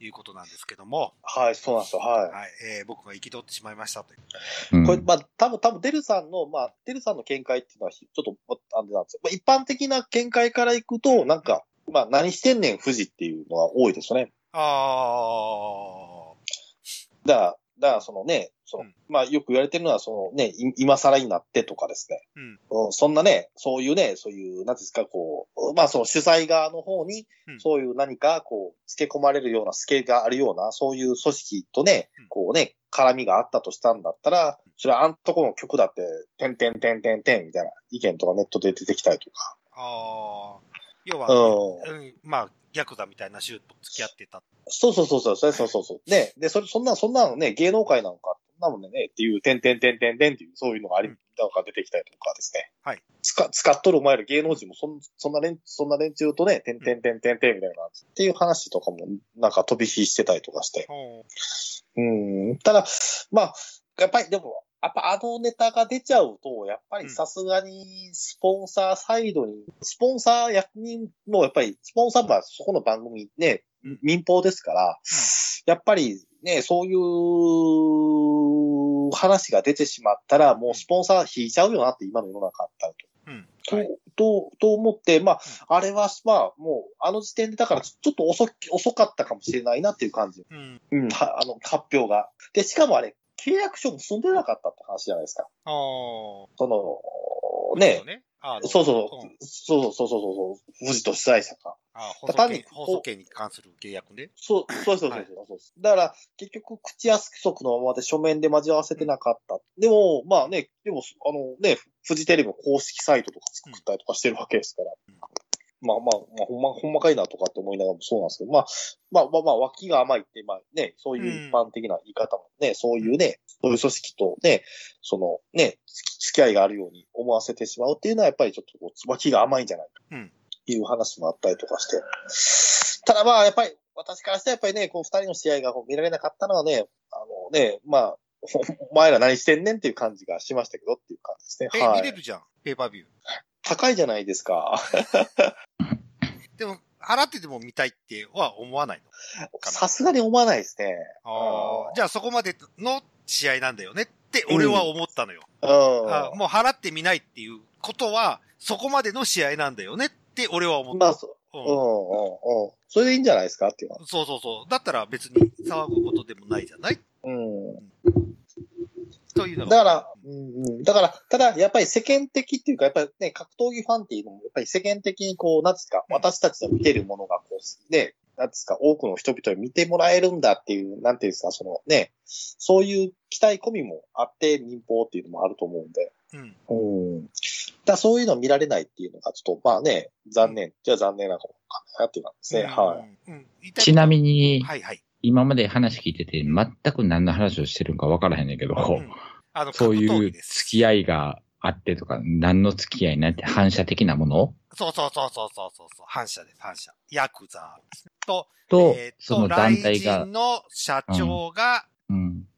いいうことなんですけども。はい、そうなんですよ、はい。、はい、えー、僕が憤ってしまいましたといううん。これ、まあ、多分多分デルさんの、まあ、デルさんの見解っていうのは、ちょっと、あれなんですよ。まあ、一般的な見解からいくと、なんか、まあ、何してんねん、富士っていうのが多いですね。ああ。だから、だからそのね、その、うん、まあよく言われてるのは、そのね、今更になってとかですね、うん、そんなね、そういうね、そういう、なんですか、こう、まあその主催側の方に、そういう何かこう、付け込まれるような、付けがあるような、そういう組織とね、こうね、絡みがあったとしたんだったら、それはあんとこの曲だって、てんてんてんてんてんみたいな意見とかネットで出てきたりとか。ああ。要は、うん、まあ、ヤクザみたいなシュート付き合ってた。そうそうそうそう、そうそうそう。ね、で、それ、そんな、そんなのね、芸能界なのか、そんなもんね、っていう、てんてんてんてんてんっていう、そういうのがあり、うん、なんか出てきたりとかですね。はい。使、使っとるお前ら芸能人もそん、そんな連、そんな連中とね、てんてんてんてんてんみたいな、っていう話とかも、なんか飛び火してたりとかして。うん。ただ、まあ、やっぱりでも、やっぱあのネタが出ちゃうと、やっぱりさすがにスポンサーサイドに、うん、スポンサー役人もやっぱり、スポンサーはそこの番組ね、うん、民放ですから、うん、やっぱりね、そういう話が出てしまったら、もうスポンサー引いちゃうよなって今の世の中あったりと。と、はい、と、と思って、まあ、あれは、まあ、もう、あの時点で、だから、ちょっと遅遅かったかもしれないなっていう感じ。うん。うん、はあの、発表が。で、しかもあれ、契約書結んでなかったって話じゃないですか。ああ。その、ね。ねそうそう。そうそうそうそう。富士と主催者か。ああ、単に放送権に関する契約ね。そう、そうそうそうそうそう、はい、だから、結局、口約束のままで書面で交わせてなかった。でも、まあね、でも、あのね、富士テレビの公式サイトとか作ったりとかしてるわけですから。うんまあまあ、まあ、ほんま、ほんまかいなとかって思いながらもそうなんですけど、まあ、まあまあ、まあ、脇が甘いって、まあね、そういう一般的な言い方もね、うん、そういうね、そういう組織とね、そのね、付き合いがあるように思わせてしまうっていうのは、やっぱりちょっとこう、脇が甘いんじゃないか、っていう話もあったりとかして。うん、ただまあ、やっぱり、私からしてやっぱりね、この二人の試合が見られなかったのはね、あのね、まあ、 お前ら何してんねんっていう感じがしましたけどっていう感じですね。はい。見れるじゃん、ペーパービュー。高いじゃないですか。でも、払ってでも見たいっては思わないのさすがに思わないですね。ああ。じゃあそこまでの試合なんだよねって俺は思ったのよ。うん、あもう払ってみないっていうことは、そこまでの試合なんだよねって俺は思った。まあ、そうん、うん、うん、うん。それでいいんじゃないですかっていうそうそうそう。だったら別に騒ぐことでもないじゃないうん。というのだから、うん、だから、ただ、やっぱり世間的っていうか、やっぱりね、格闘技ファンっていうのも、やっぱり世間的にこう、なんつうか、私たちの見てるものが、こう、ね、なんつうか、多くの人々に見てもらえるんだっていう、なんていうんですか、そのね、そういう期待込みもあって、民放っていうのもあると思うんで。うん。うん。だそういうの見られないっていうのが、ちょっと、まあね、残念、じゃあ残念なのかもかなっていう感じですね、うん、はいうん。ちなみに、はいはい。今まで話聞いてて、全く何の話をしてるんか分からへんねんけど、うん、あのそういう付き合いがあってとか、何の付き合いなんて反射的なものそうそうそうそうそうそう、反射です、反射。ヤクザと、と、えー、その団体が。の社長が、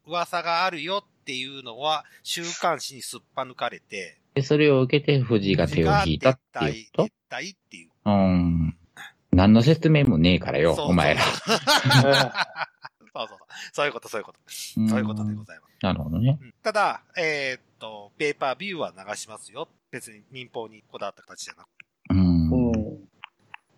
噂があるよっていうのは、週刊誌にすっぱ抜かれて、で、それを受けて藤井が手を引いたっていうこと。撤退っていう。うん。何の説明もねえからよ、そう そうお前ら。そうそうそう。そういうこと、そういうこと。そういうことでございます。なるほどね。うん、ただ、えー、っと、ペーパービューは流しますよ。別に民放にこだわった形じゃなくて。うん。っ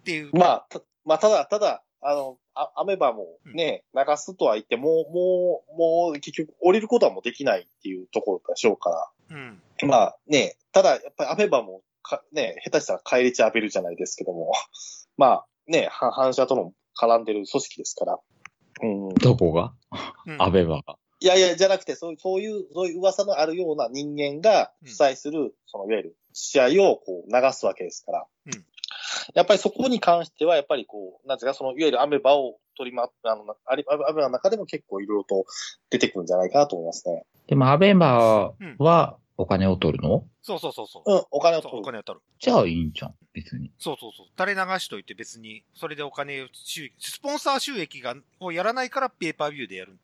ていう。。まあ、まあ、ただ、ただ、あの、あアメバもね、うん、流すとは言って、もう、もう、もう、結局、降りることはもうできないっていうところでしょうからうん。まあね、ただ、やっぱりアメバも、か、ね、下手したら帰りちゃべるじゃないですけども。まあね、反射との絡んでる組織ですから。うん、どこが、うん、アベマが。いやいや、じゃなくて、そういう、そういう、そういう噂のあるような人間が主催する、うん、その、いわゆる試合をこう流すわけですから。うん、やっぱりそこに関しては、やっぱりこう、なんですか、その、いわゆるアメバを取りま、あの、アメバの中でも結構いろいろと出てくるんじゃないかなと思いますね。。でも、アベマはお金を取るの、うん、そうそうそうそううん、お金を取る。お金を取る。じゃあいいんじゃん、別に。そうそうそう。垂れ流しといて別に、それでお金収益、スポンサー収益が、をやらないからペーパービューでやる。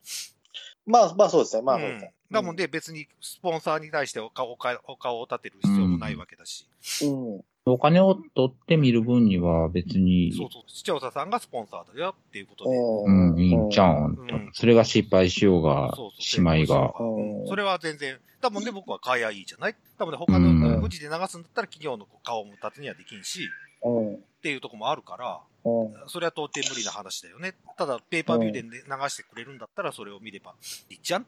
まあ、まあそうですね。まあそうですね。だもんで別にスポンサーに対してお顔お顔お顔を立てる必要もないわけだし。うん。お金を取ってみる分には別に。そうそう。視聴者さんがスポンサーだよっていうことで。うん、いいんちゃうん。それが失敗しようが、姉妹が。それは全然。だもんで僕は買いゃいいじゃないだもんで他の無事で流すんだったら企業の顔も立てにはできんし、っていうとこもあるから、それは到底無理な話だよね。ただ、ペーパービューで流してくれるんだったらそれを見ればいいじゃん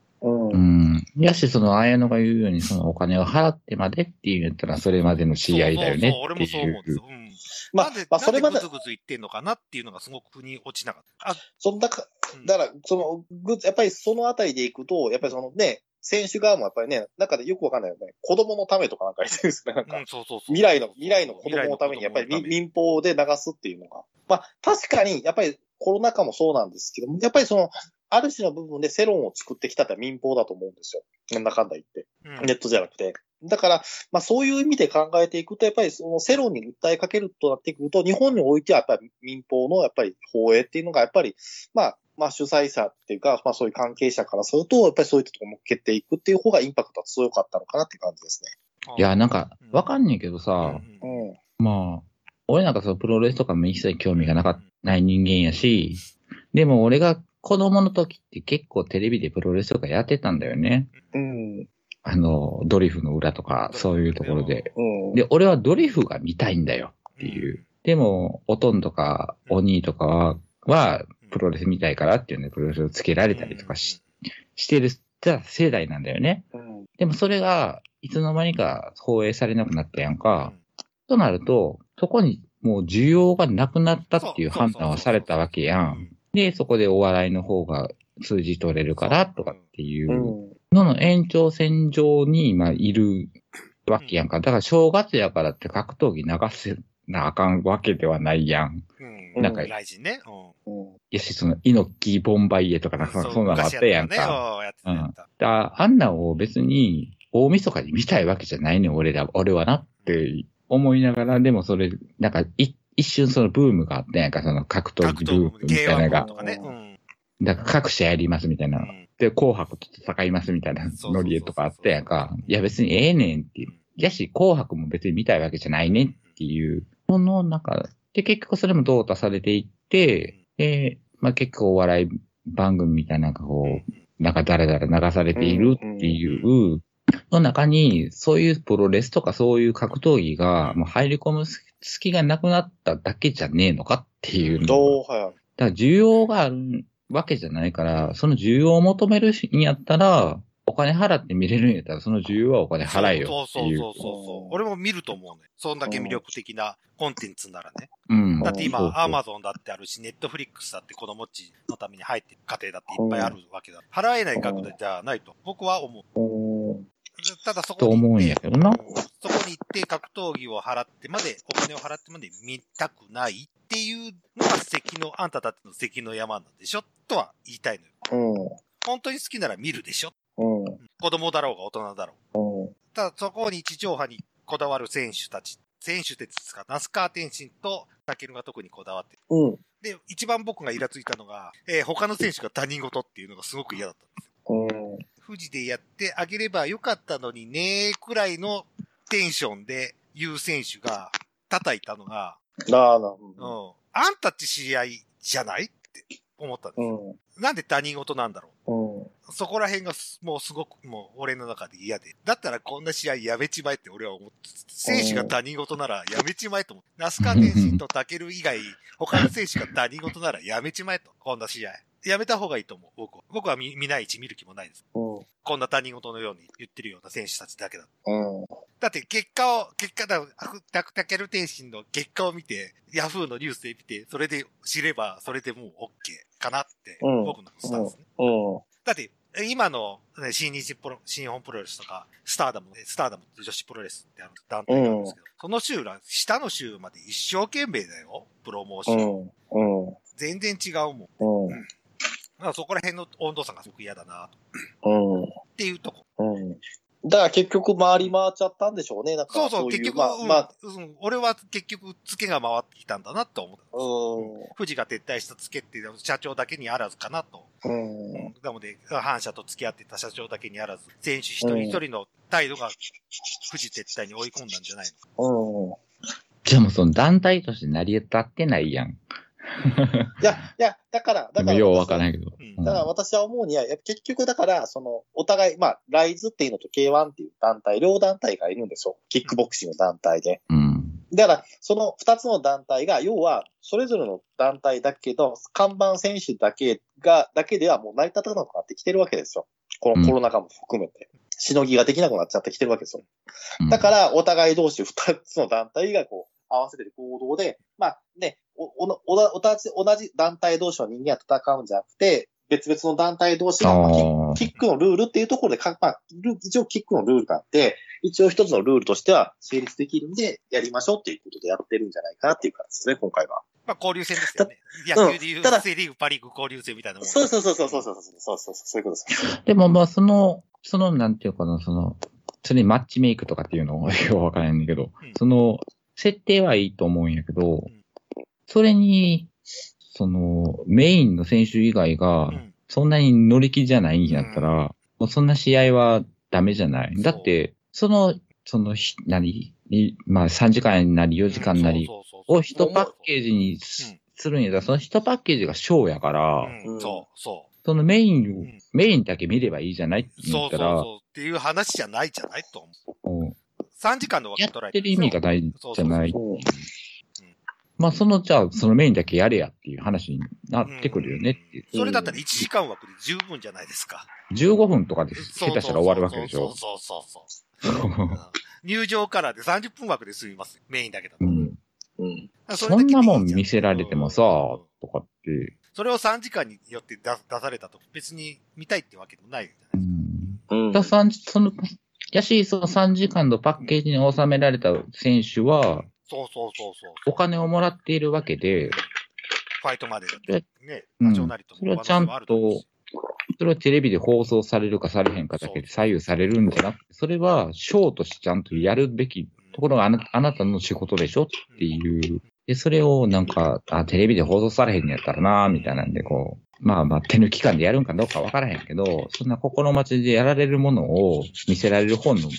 いやし、その、あやのが言うように、そのお金を払ってまでっていうんったら、それまでの知り合いだよね俺もそう思うんですよ。うん。まあ、まあ、それまで。ぐずぐず言ってんのかなっていうのがすごく腑に落ちなかった。あ、そんなか、だから、その、ぐ、やっぱりそのあたりでいくと、やっぱりそのね、選手側もやっぱりね、中でよくわかんないよね。子供のためとかなんか言ってるんですね。なんか、未来の、未来の子供のためにやっぱり民放で流すっていうのが。まあ、確かに、やっぱりコロナ禍もそうなんですけども、やっぱりその、ある種の部分で世論を作ってきたって民放だと思うんですよ。なんだかんだ言って。ネットじゃなくて。だから、まあそういう意味で考えていくと、やっぱりその世論に訴えかけるとなってくると、日本においてはやっぱり民放のやっぱり放映っていうのが、やっぱり、まあ、まあ主催者っていうか、まあそういう関係者からすると、やっぱりそういったところも蹴っていくっていう方がインパクトは強かったのかなって感じですね。いや、なんか、わかんねえけどさ、、うん、うんまあ、俺なんかそのプロレスとかも一切興味がなか、ない人間やし、でも俺が子供の時って結構テレビでプロレスとかやってたんだよね。うん。あの、ドリフの裏とか、そういうところで。うん、で、俺はドリフが見たいんだよっていう。うん、でも、おとんとか、お兄とかは、はプロレス見たいからっていうね、プロレスをつけられたりとかし,、してる、世代なんだよね。うん、でもそれが、いつの間にか放映されなくなったやんか。となると、そこにもう需要がなくなったっていう判断はされたわけやん。で、そこでお笑いの方が数字取れるからとかっていうのの延長線上に今いるわけやんか。だから正月やからって格闘技流せなあかんわけではないやん。うん、なんか、大臣ね。うん。いやし、その、猪木ボンバイエとかなんか、そんなのあったやんか。うん。だあんなを別に大晦日に見たいわけじゃないね俺ら、俺はなって思いながら、でもそれ、なんか、い一瞬そのブームがあったやんか、その格闘技ブームみたいなのが。ねうん、だから各社やりますみたいな。うん、で、紅白と戦いますみたいなノリとかあったやんか。いや別にええねんっていう。やし、紅白も別に見たいわけじゃないねんっていう。その中で結局それも淘汰されていって、で、まあ結構お笑い番組みたいなこう、うん、なんかダラダラ流されているっていう、の中に、そういうプロレスとかそういう格闘技が、もう入り込む隙がなくなっただけじゃねえのかっていうの。だから需要があるわけじゃないから、その需要を求めるんやったら、お金払って見れるんやったら、その需要はお金払えよそうそうそうそう俺も見ると思うね。そんだけ魅力的なコンテンツならね。うん。だって今、アマゾンだってあるし、ネットフリックスだって子供っちのために入ってる家庭だっていっぱいあるわけだ。払えない額じゃないと、僕は思う。ただそこに思うんやけどな。そこに行って格闘技を払ってまで、お金を払ってまで見たくないっていうのが関の、あんたたちの関の山なんでしょとは言いたいのよ。うん、本当に好きなら見るでしょ、うん、子供だろうが大人だろう。うん、ただそこに地上波にこだわる選手たち、選手ですか、那須川天心とタケルが特にこだわってる。うん、で、一番僕がイラついたのが、えー、他の選手が他人事っていうのがすごく嫌だったんですよ。うん富士でやってあげればよかったのにねーくらいのテンションで言う選手が叩いたのが、なあな、うん。あんたっち知り合いじゃないって思ったんですよ。うん、なんで他人事なんだろ、う、うんそこら辺がもうすごくもう俺の中で嫌で。だったらこんな試合やめちまえって俺は思って、選手が他人事ならやめちまえと思って。那須川天心とタケル以外、他の選手が他人事ならやめちまえと。こんな試合。やめた方がいいと思う、僕は。僕は見見ない位置見る気もないです。うん、こんな他人事のように言ってるような選手たちだけだ。うん、だって結果を、結果だ、たたける天心の結果を見て、ヤフーのニュースで見て、それで知れば、それでもう OK かなって、僕のスタンスね。うん、だって、今の、ね、新日プロ、新日本プロレスとか、スターダム、スターダムって女子プロレスってある団体なんですけど、その週ら、下の週まで一生懸命だよ、プロモーション。うんうん、全然違うもん。うんだからそこら辺の温度差がすごく嫌だな、うん。っていうとこ。うん。だから結局回り回っちゃったんでしょうね、なんかそうそう、結局、まあ、うん、まあ、うん、俺は結局、ツケが回ってきたんだなと思った。うん。富士が撤退したツケって社長だけにあらずかなと。うん。なので、反社と付き合ってた社長だけにあらず、選手一人一人の態度が富士撤退に追い込んだんじゃないのか。うん。じゃあもうその団体として成り立ってないやん。いや、いや、だから、だから。ようわからないけど。だから私は思うには、結局だから、その、お互い、まあ、ライズっていうのと K1 っていう団体、両団体がいるんですよ。キックボクシング団体で。うん。だから、その二つの団体が、要は、それぞれの団体だけど、看板選手だけが、だけではもう成り立たなくなってきてるわけですよ。このコロナ禍も含めて。うんしのぎができなくなっちゃってきてるわけですよ。うん、だから、お互い同士二つの団体がこう、合わせてる行動で、まあね、お、お、お、同じ、同じ団体同士の人間が戦うんじゃなくて、別々の団体同士が、まあ、キックのルールっていうところでか、まあ、一応キックのルールがあって、一応一つのルールとしては成立できるんで、やりましょうっていうことでやってるんじゃないかなっていう感じですね、今回は。まあ、交流戦ですよね。野球でいう、ただ、セリーグ、パリーグ交流戦みたいなもん。そうそうそうそうそうそうそうそう、そういうことです。でもまあ、その、その、なんていうかな、その、それにマッチメイクとかっていうの はよくわからないんだけど、うん、その、設定はいいと思うんやけど、うん、それに、その、メインの選手以外が、そんなに乗り気じゃないんやったら、うん、もうそんな試合はダメじゃない。だって、その、その、なり、まあ3時間なり4時間なりを一パッケージにするんやったら、その一パッケージがショーやから、そう、そう。そのメイン、うん、メインだけ見ればいいじゃないって言ったら。そうそうそう。っていう話じゃないじゃないと思う。うん。3時間の枠取られてる。やってる意味が大事じゃない。まあ、その、じゃあ、そのメインだけやれやっていう話になってくるよねっていう。うん、それだったら1時間枠で十分じゃないですか。 15分とかで下手したら終わるわけでしょ。そうそうそうそう入場からで30分枠で済みます。メインだけだと。うん。うん。そんなもん見せられてもさ、とかって。それを3時間によって出出されたと、別に見たいってわけでもないじゃないですか。うん。だ3その、やし、その3時間のパッケージに収められた選手は、そうそうそうそう。お金をもらっているわけで、ファイトまで、ね、多少なりと、うん、それはちゃんと、それはテレビで放送されるかされへんかだけで左右されるんじゃなくて、それはショーとしてちゃんとやるべきところがあなあなたの仕事でしょっていうで、それをなんか、あ、テレビで放送されへんやったらなみたいなんで、こう、まあまあ、手抜き感でやるんかどうかわからへんけど、そんな心待ちでやられるものを見せられる本の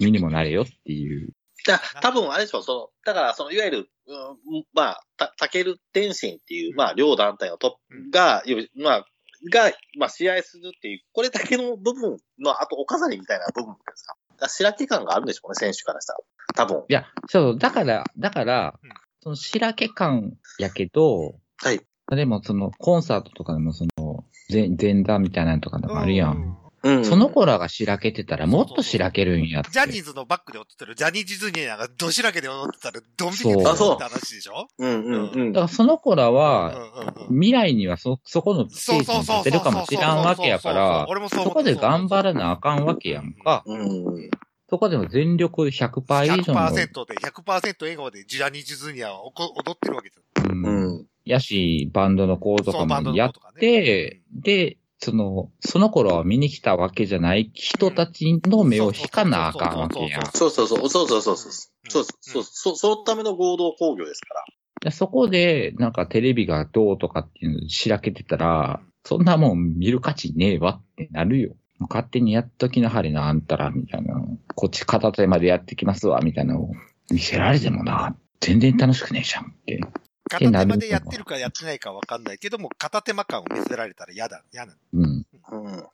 身にもなれよっていう。だ、多分あれでしょ、その、だから、その、いわゆる、うん、まあ、た、たける天心っていう、まあ、両団体のトップが、まあ、が、まあ、試合するっていう、これだけの部分の、あと、お飾りみたいな部分ですか。だ白け感があるんでしょうね、選手からしたら。多分。いや、そう、だから、だから、うんその白け感やけど、はい。でもそのコンサートとかでもその前前段みたいなのとかでもあるやん。うん。その子らが白けてたらもっと白けるんやジャニーズのバックで踊ってるジャニーズニアがど白けで踊ってたらドン引きだって話でしょうんうんうん。だからその子らは、未来にはそ、そこのステージに立てるかもしらんわけやから、そこで頑張らなあかんわけやんか。うん。うんそこでも全力100%以上の。。100%で、100%笑顔でジュラニー・ジュズニアは踊ってるわけですうん。やし、バンドの子とかもやって、ね、で、その、その頃は見に来たわけじゃない人たちの目を引かなあかんわけや。。そうそうそう、そうそうそう、そうそう、そう、そのための合同工業ですからそこで、なんかテレビがどうとかっていうのしらけてたら、そんなもん見る価値ねえわってなるよ。勝手にやっときなはれな、あんたら、みたいな。こっち片手までやってきますわ、みたいなのを見せられてもな、全然楽しくねえじゃんって。片手までやってるかやってないかわかんないけども、片手間感を見せられたら嫌だ、嫌なうん。うん、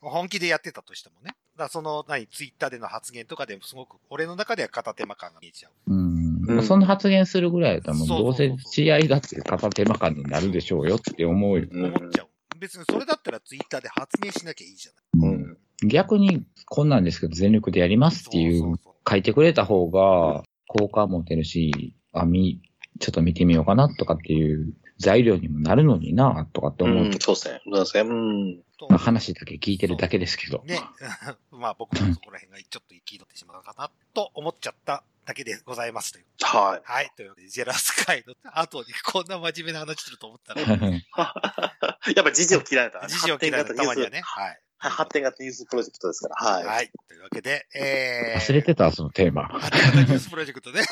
本気でやってたとしてもね。だその、何、ツイッターでの発言とかでもすごく、俺の中では片手間感が見えちゃう。うん。うん、そんな発言するぐらいだったら、もうどうせ試合だって片手間感になるでしょうよって思うよ。うん、思っちゃう。別にそれだったらツイッターで発明しなきゃいいじゃない。うん。逆に、こんなんですけど全力でやりますっていう、書いてくれた方が、効果も出るし、あ、み、ちょっと見てみようかなとかっていう材料にもなるのにな、とかって思うと。そうですね。そうですね。うん。まあ、話だけ聞いてるだけですけど。ね。 まあ僕もそこら辺がちょっと生き取ってしまうかな、と思っちゃっただけでございますという。はい。 はい。というわけで、ジェラス会の後にこんな真面目な話すると思ったら。やっぱ時事を切られた。時 事を切られた。たまにはね。はい。発展型ニュースプロジェクトですから。はい。はい。というわけで、え ー。忘れてた、そのテーマ。 発展型ニュースプロジェクトね。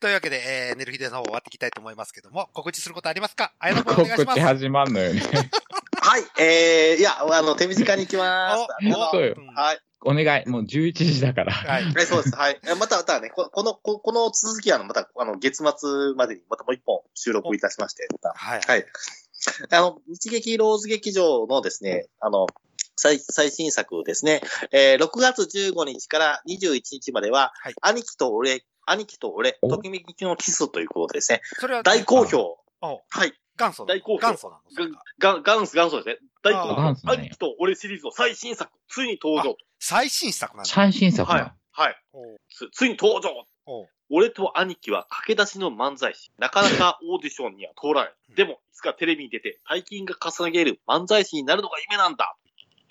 というわけで、えー、寝る日での方終わっていきたいと思いますけども、告知することありますかあやのお願いします。告知始まんのよね。 はい、えー、いや、あの、手短に行 きます。そうよ。はい。お願い、もう11時だから。はい。そうです。はい。また、またね、この、ここの続きは、また、あの、月末までに、またもう一本収録いたしまして、はい。はい。あの、日劇ローズ劇場のですね、あの、最最新作ですね、えー、6月15日から21日までは、はい、兄貴と俺、兄貴と俺、ときめきのキスということですね。それは、ね、大好評。。はい元祖大好評。元祖なの元祖、元祖ですね。大好評。兄貴と俺シリーズの最新作、ついに登場。最新作なんだ。最新作はい。はい。つついに登場。俺と兄貴は駆け出しの漫才師。なかなかオーディションには通らない。でも、いつかテレビに出て、大金が重ねげる漫才師になるのが夢なんだ。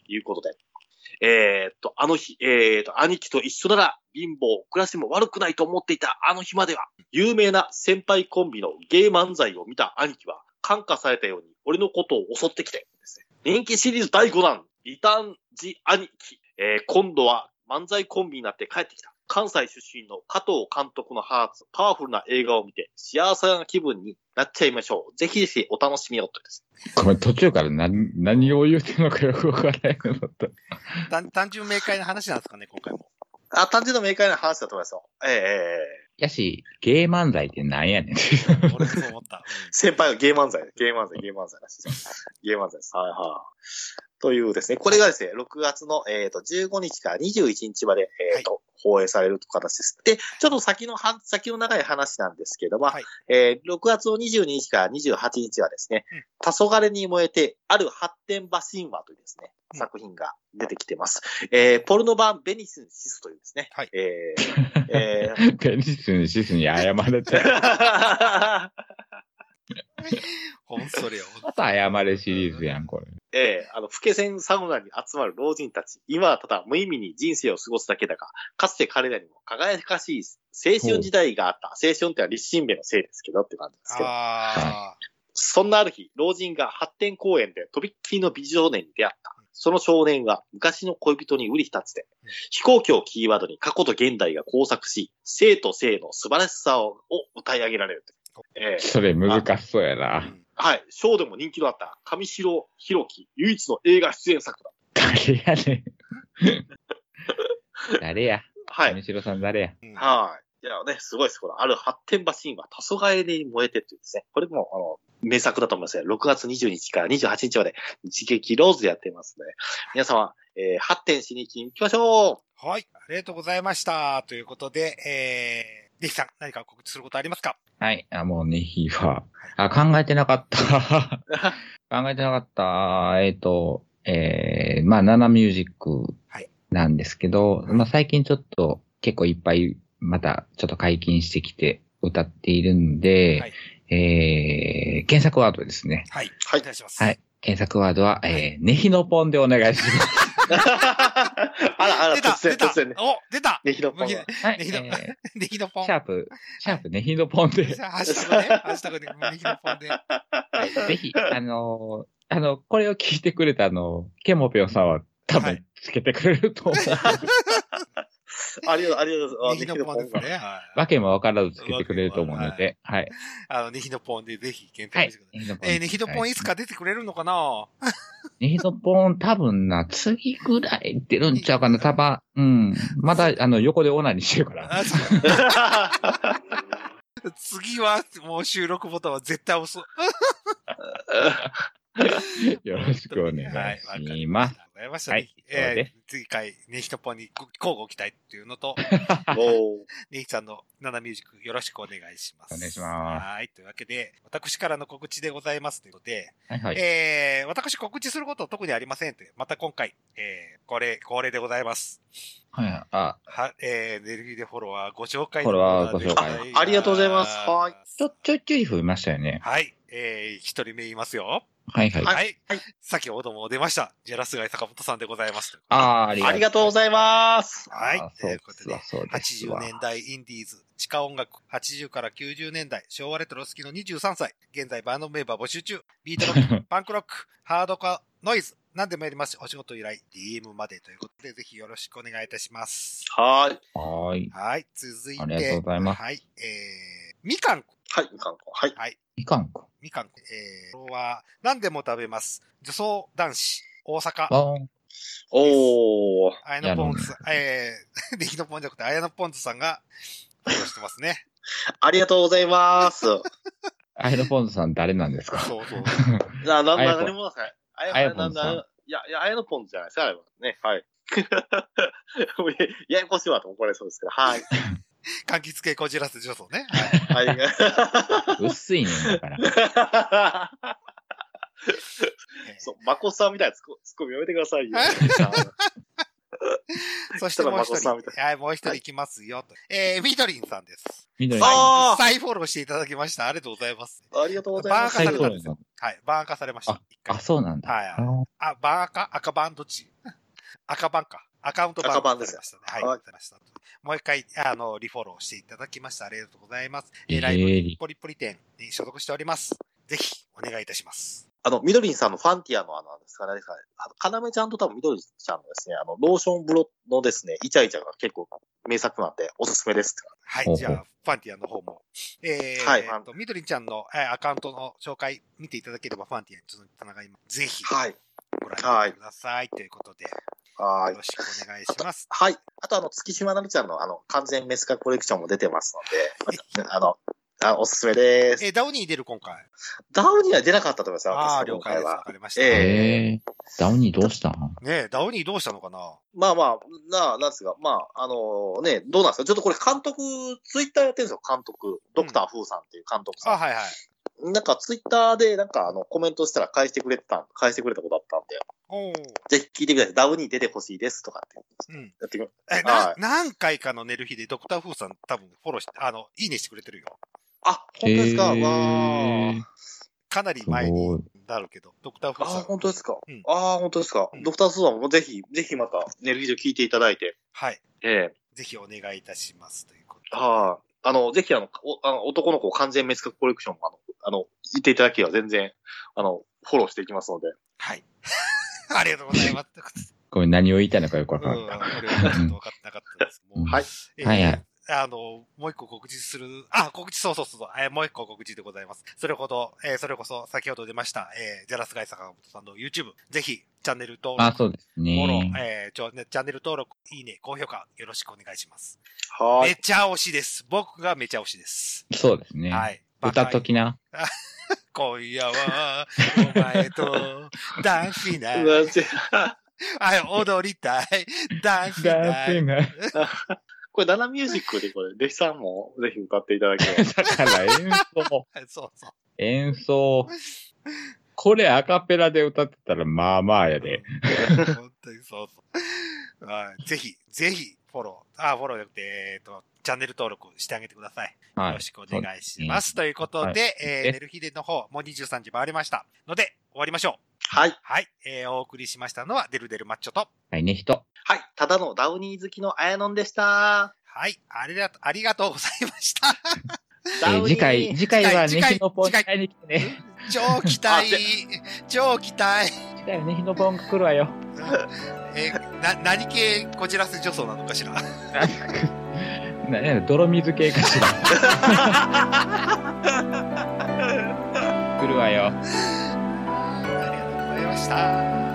ということで。えー、っと、あの日、えー、っと、兄貴と一緒なら、貧乏、暮らしも悪くないと思っていたあの日までは、有名な先輩コンビの芸漫才を見た兄貴は、感化されたように、俺のことを襲ってきて、ね、人気シリーズ第5弾、リターン・ジ・兄貴。えー、今度は漫才コンビになって帰ってきた。関西出身の加藤監督のハーツ、パワフルな映画を見て、幸せな気分になっちゃいましょう。ぜひぜひお楽しみをとです。ごめん、途中から何、何を言うてんのかよくわからないよう単単純明快な話なんですかね、今回も。あ、単純の明快な話だと思いますよ。ええー、やし、芸漫才ってなんやねん。 俺そう思った。先輩の芸漫才、芸漫才、芸漫才らしいです。芸漫才です。はいはい。というですね、これがですね、6月の、えーと、と15日から21日まで、えーと、はい、放映される形です。で、ちょっと先のは、先の長い話なんですけども、はい、えー、6月の22日から28日はですね、うん、黄昏に燃えて、ある発展場神話というですね、作品が出てきてます。うん、えー、ポルノ版ベニスにシスというですね、はい、えー、えー、ベニスにシスに謝れて。 ほんそれよ。また謝れシリーズやん、これ。ええー、あの、老け線サウナに集まる老人たち。今はただ無意味に人生を過ごすだけだが、かつて彼らにも輝かしい青春時代があった。青春ってのは立身弁のせいですけどって感じですけど。あそんなある日、老人が発展公園でとびっきりの美少年に出会った。その少年は昔の恋人に売り二つで、飛行機をキーワードに過去と現代が交錯し、生と生の素晴らしさを歌い上げられる。ええー、それ難しそうやな。はい。ショーでも人気のあった、上白弘樹、唯一の映画出演作だ。誰やね ん。誰や。はい。上白さん誰や。はい。いやね、すごいです。この、ある発展場シーンは、黄昏に燃えてっていうですね。これも、あの、名作だと思いますね。6月22日から28日まで、日劇ローズやってますね。皆様、えー、発展しに行きまし ょうはい。ありがとうございました。ということで、えー、ネヒさん、何か告知することありますかはい、あもうネヒは、あ、考えてなか った。考えてなかった。えっ、ー、と、えー、まあ、ナナミュージックなんですけど、はい、まあ、最近ちょっと結構いっぱい、またちょっと解禁してきて歌っているんで、はい、えー、検索ワードですね。はい、はい、お願いします。はい、検索ワードは、えー、はい、ネヒのポンでお願いします。あら、あら、出た、出た、ね、お、出たネヒドポン。ネヒド、ネヒドポン。シャープ、シャープ、ネヒドポン で。ハッシュタグね、ハッシュタグで、ネヒドポンで。 ぜひ、あのー、あの、これを聞いてくれたあの、ケモピョンさんは多分つけてくれると思う。 ありがとう、ありがとうございます。ネヒのポンですね。わけもわからずつけてくれると思うので、はい。あの、ネヒのポンでぜひ検討してください。え、ネヒのポンいつか出てくれるのかなネヒのポン多分な、次ぐらい出るんちゃうかな、たば、うん。まだ、あの、横でオナニーしてるから。次は、もう収録ボタンは絶対押す。 よろしくお願いします。ありましたね。はい、えー、次回、ネヒトポンに交互期待っていうの と、 ネヒさんのナナミュージックよろしくお願いします。。お願いしますはい。というわけで、私からの告知でございますということで、はいはい、えー、私告知すること特にありませんと、また今回、えー、これ、恒例でございます。はい。あ、は、えー、ネルギーでフォロワーご紹介フォロワーご紹介あ。ありがとうございます。はい。ちょ、ちょいちょい増えましたよね。はい。えー、一人目いますよ。はいはい。はい。はい、先ほども出ました。ジェラスガイ坂本さんでございます。ああ、あ。りがとうございます。はい。ということで、80年代インディーズ、地下音楽、80から90年代、昭和レトロ好きの23歳、現在バンドメンバー募集中、ビートロック、パンクロック、ハードカノイズ、何でもやります。お仕事依頼、DM までということで、ぜひよろしくお願いいたします。はいはい。はい。続いて。ありがとうございます。はい。えー、みかんくはい、みかんくはい。はい。みかんくみかんくえー、今日は何でも食べます。女装男子、大阪。おー。あやのポンズ、えー、 できのポンじゃなくて、あやのポンズさんが、フォローしてます ね。ありがとうございます。あやのポンズさん誰なんで すかそうそう。な、な、な、何もなさい。あや、あやぽんさん。いや、いや、あやのぽんじゃないですか、あれは。ね、はい。 ややこしいわと怒られそうですけど、はい。柑橘系こじらせ女装ね。はい。 はい、薄いねだから。そう、まこさんみたいなツッコミやめてくださいよ。そしてもう一人、はい、もう一人いきますよ。とえー、みどりんさんです。みどりんさん。再フォローしていただきました。ありがとうございます。 ありがとうございます。バーン化されたんですよ。はい、バーン化されました。あ、そうなんだ。はい。あ、バーン化赤バンどっち 赤バンか。アカウントバンドされましたね。はい。はい、もう一回、あの、リフォローしていただきました。ありがとうございます。えー、ライブにポリポリ店に所属しております。ぜひ、お願いいたします。あの、みどりんさんのファンティアの、あの、ですかね、あの、かなめちゃんと多分みどりちゃんのですね、あの、ローションブロのですね、イチャイチャが結構名作なんで、おすすめです。はい、じゃあ、ファンティアの方も。えー、はい、と、みどりんちゃんのアカウントの紹介見ていただければ、ファンティアにつながります。ぜひ、はい。ご覧ください。はい、ということで。はい。よろしくお願いします。はい。あと、あの、月島なみちゃんの、あの、完全メスカコレクションも出てますので、あの、あおすすめです。え、ダウニー出る今回ダウニーは出なかったと思いますよ、ああ、了解です。わかりました。ええダウニーどうしたねえ、ダウニーどうしたのかなまあまあ、なあ、なんですが、まあ、あのね、どうなんですかちょっとこれ監督、ツイッターやってるんですよ、監督。ドクター・フーさんっていう監督さん。あ、はいはい。なんかツイッターでなんかあのコメントしたら返してくれてた、返してくれたことあったんで。ぜひ聞いてください。ダウに出てほしいですとかって。うん。やってくえ、な、何回かの寝る日でドクターフーさん多分フォローして、あの、いいねしてくれてるよ。あ、本当ですか、わあ。かなり前になるけど、ドクターフーさん。あ、本当ですか。ああ、本当ですか。ドクターフーさんもぜひ、ぜひまた寝る日で聞いていただいて。はい。ええぜひお願いいたします。ということで。はい。あの、ぜひあの、あの男の子完全滅角コレクションもあの、あの、言っていただければ全然、あの、フォローしていきますので。はい。 ありがとうございます。これ何を言いたいのかよくわからなかった。俺はちょっと分かってなかったです。もうはい。えー、はいはい。あの、もう一個告知する、あ、告知、そうそうそうえー、もう一個告知でございます。それほど、えー、それこそ先ほど出ました、えー、ジャラスガイ坂本さんの YouTube、ぜひ、チャンネル登録、あ、そうですね。フォロー、えーちょ、ね、チャンネル登録、いいね、高評価、よろしくお願いします。はい。めちゃ推しです。僕がめちゃ推しです。そうですね。はい。歌っときな。今夜は、お前 と、ダンシーナー。あ、踊りたい。ダンシーナー。ダンシーナー。 これ、ダナミュージックで、これ、弟子さんもぜひ歌っていただければ。 だから演奏。そうそう。演奏。これ、アカペラで歌ってたら、まあまあやで。本当にそうそう。はい、ぜひ、ぜひ、フォロー。あ、フォローじゃなくて、えっ、と、チャンネル登録してあげてください。はい、よろしくお願いします。ということで、はい、えー、寝る日での方、もう23時回りました。ので、終わりましょう。はい。はい。えー、お送りしましたのは、デルデルマッチョと。はいね、人。はい。ただのダウニー好きのあやのんでした。はい。ありがとう、ありがとうございました。えー、次回、次回はねひのぽん会に来てね。超期待超期待期待ねひのぽんが来るわよ。えー、な、何系こじらせ女装なのかしらな、な、泥水系かしら。来るわよ。ありがとうございました。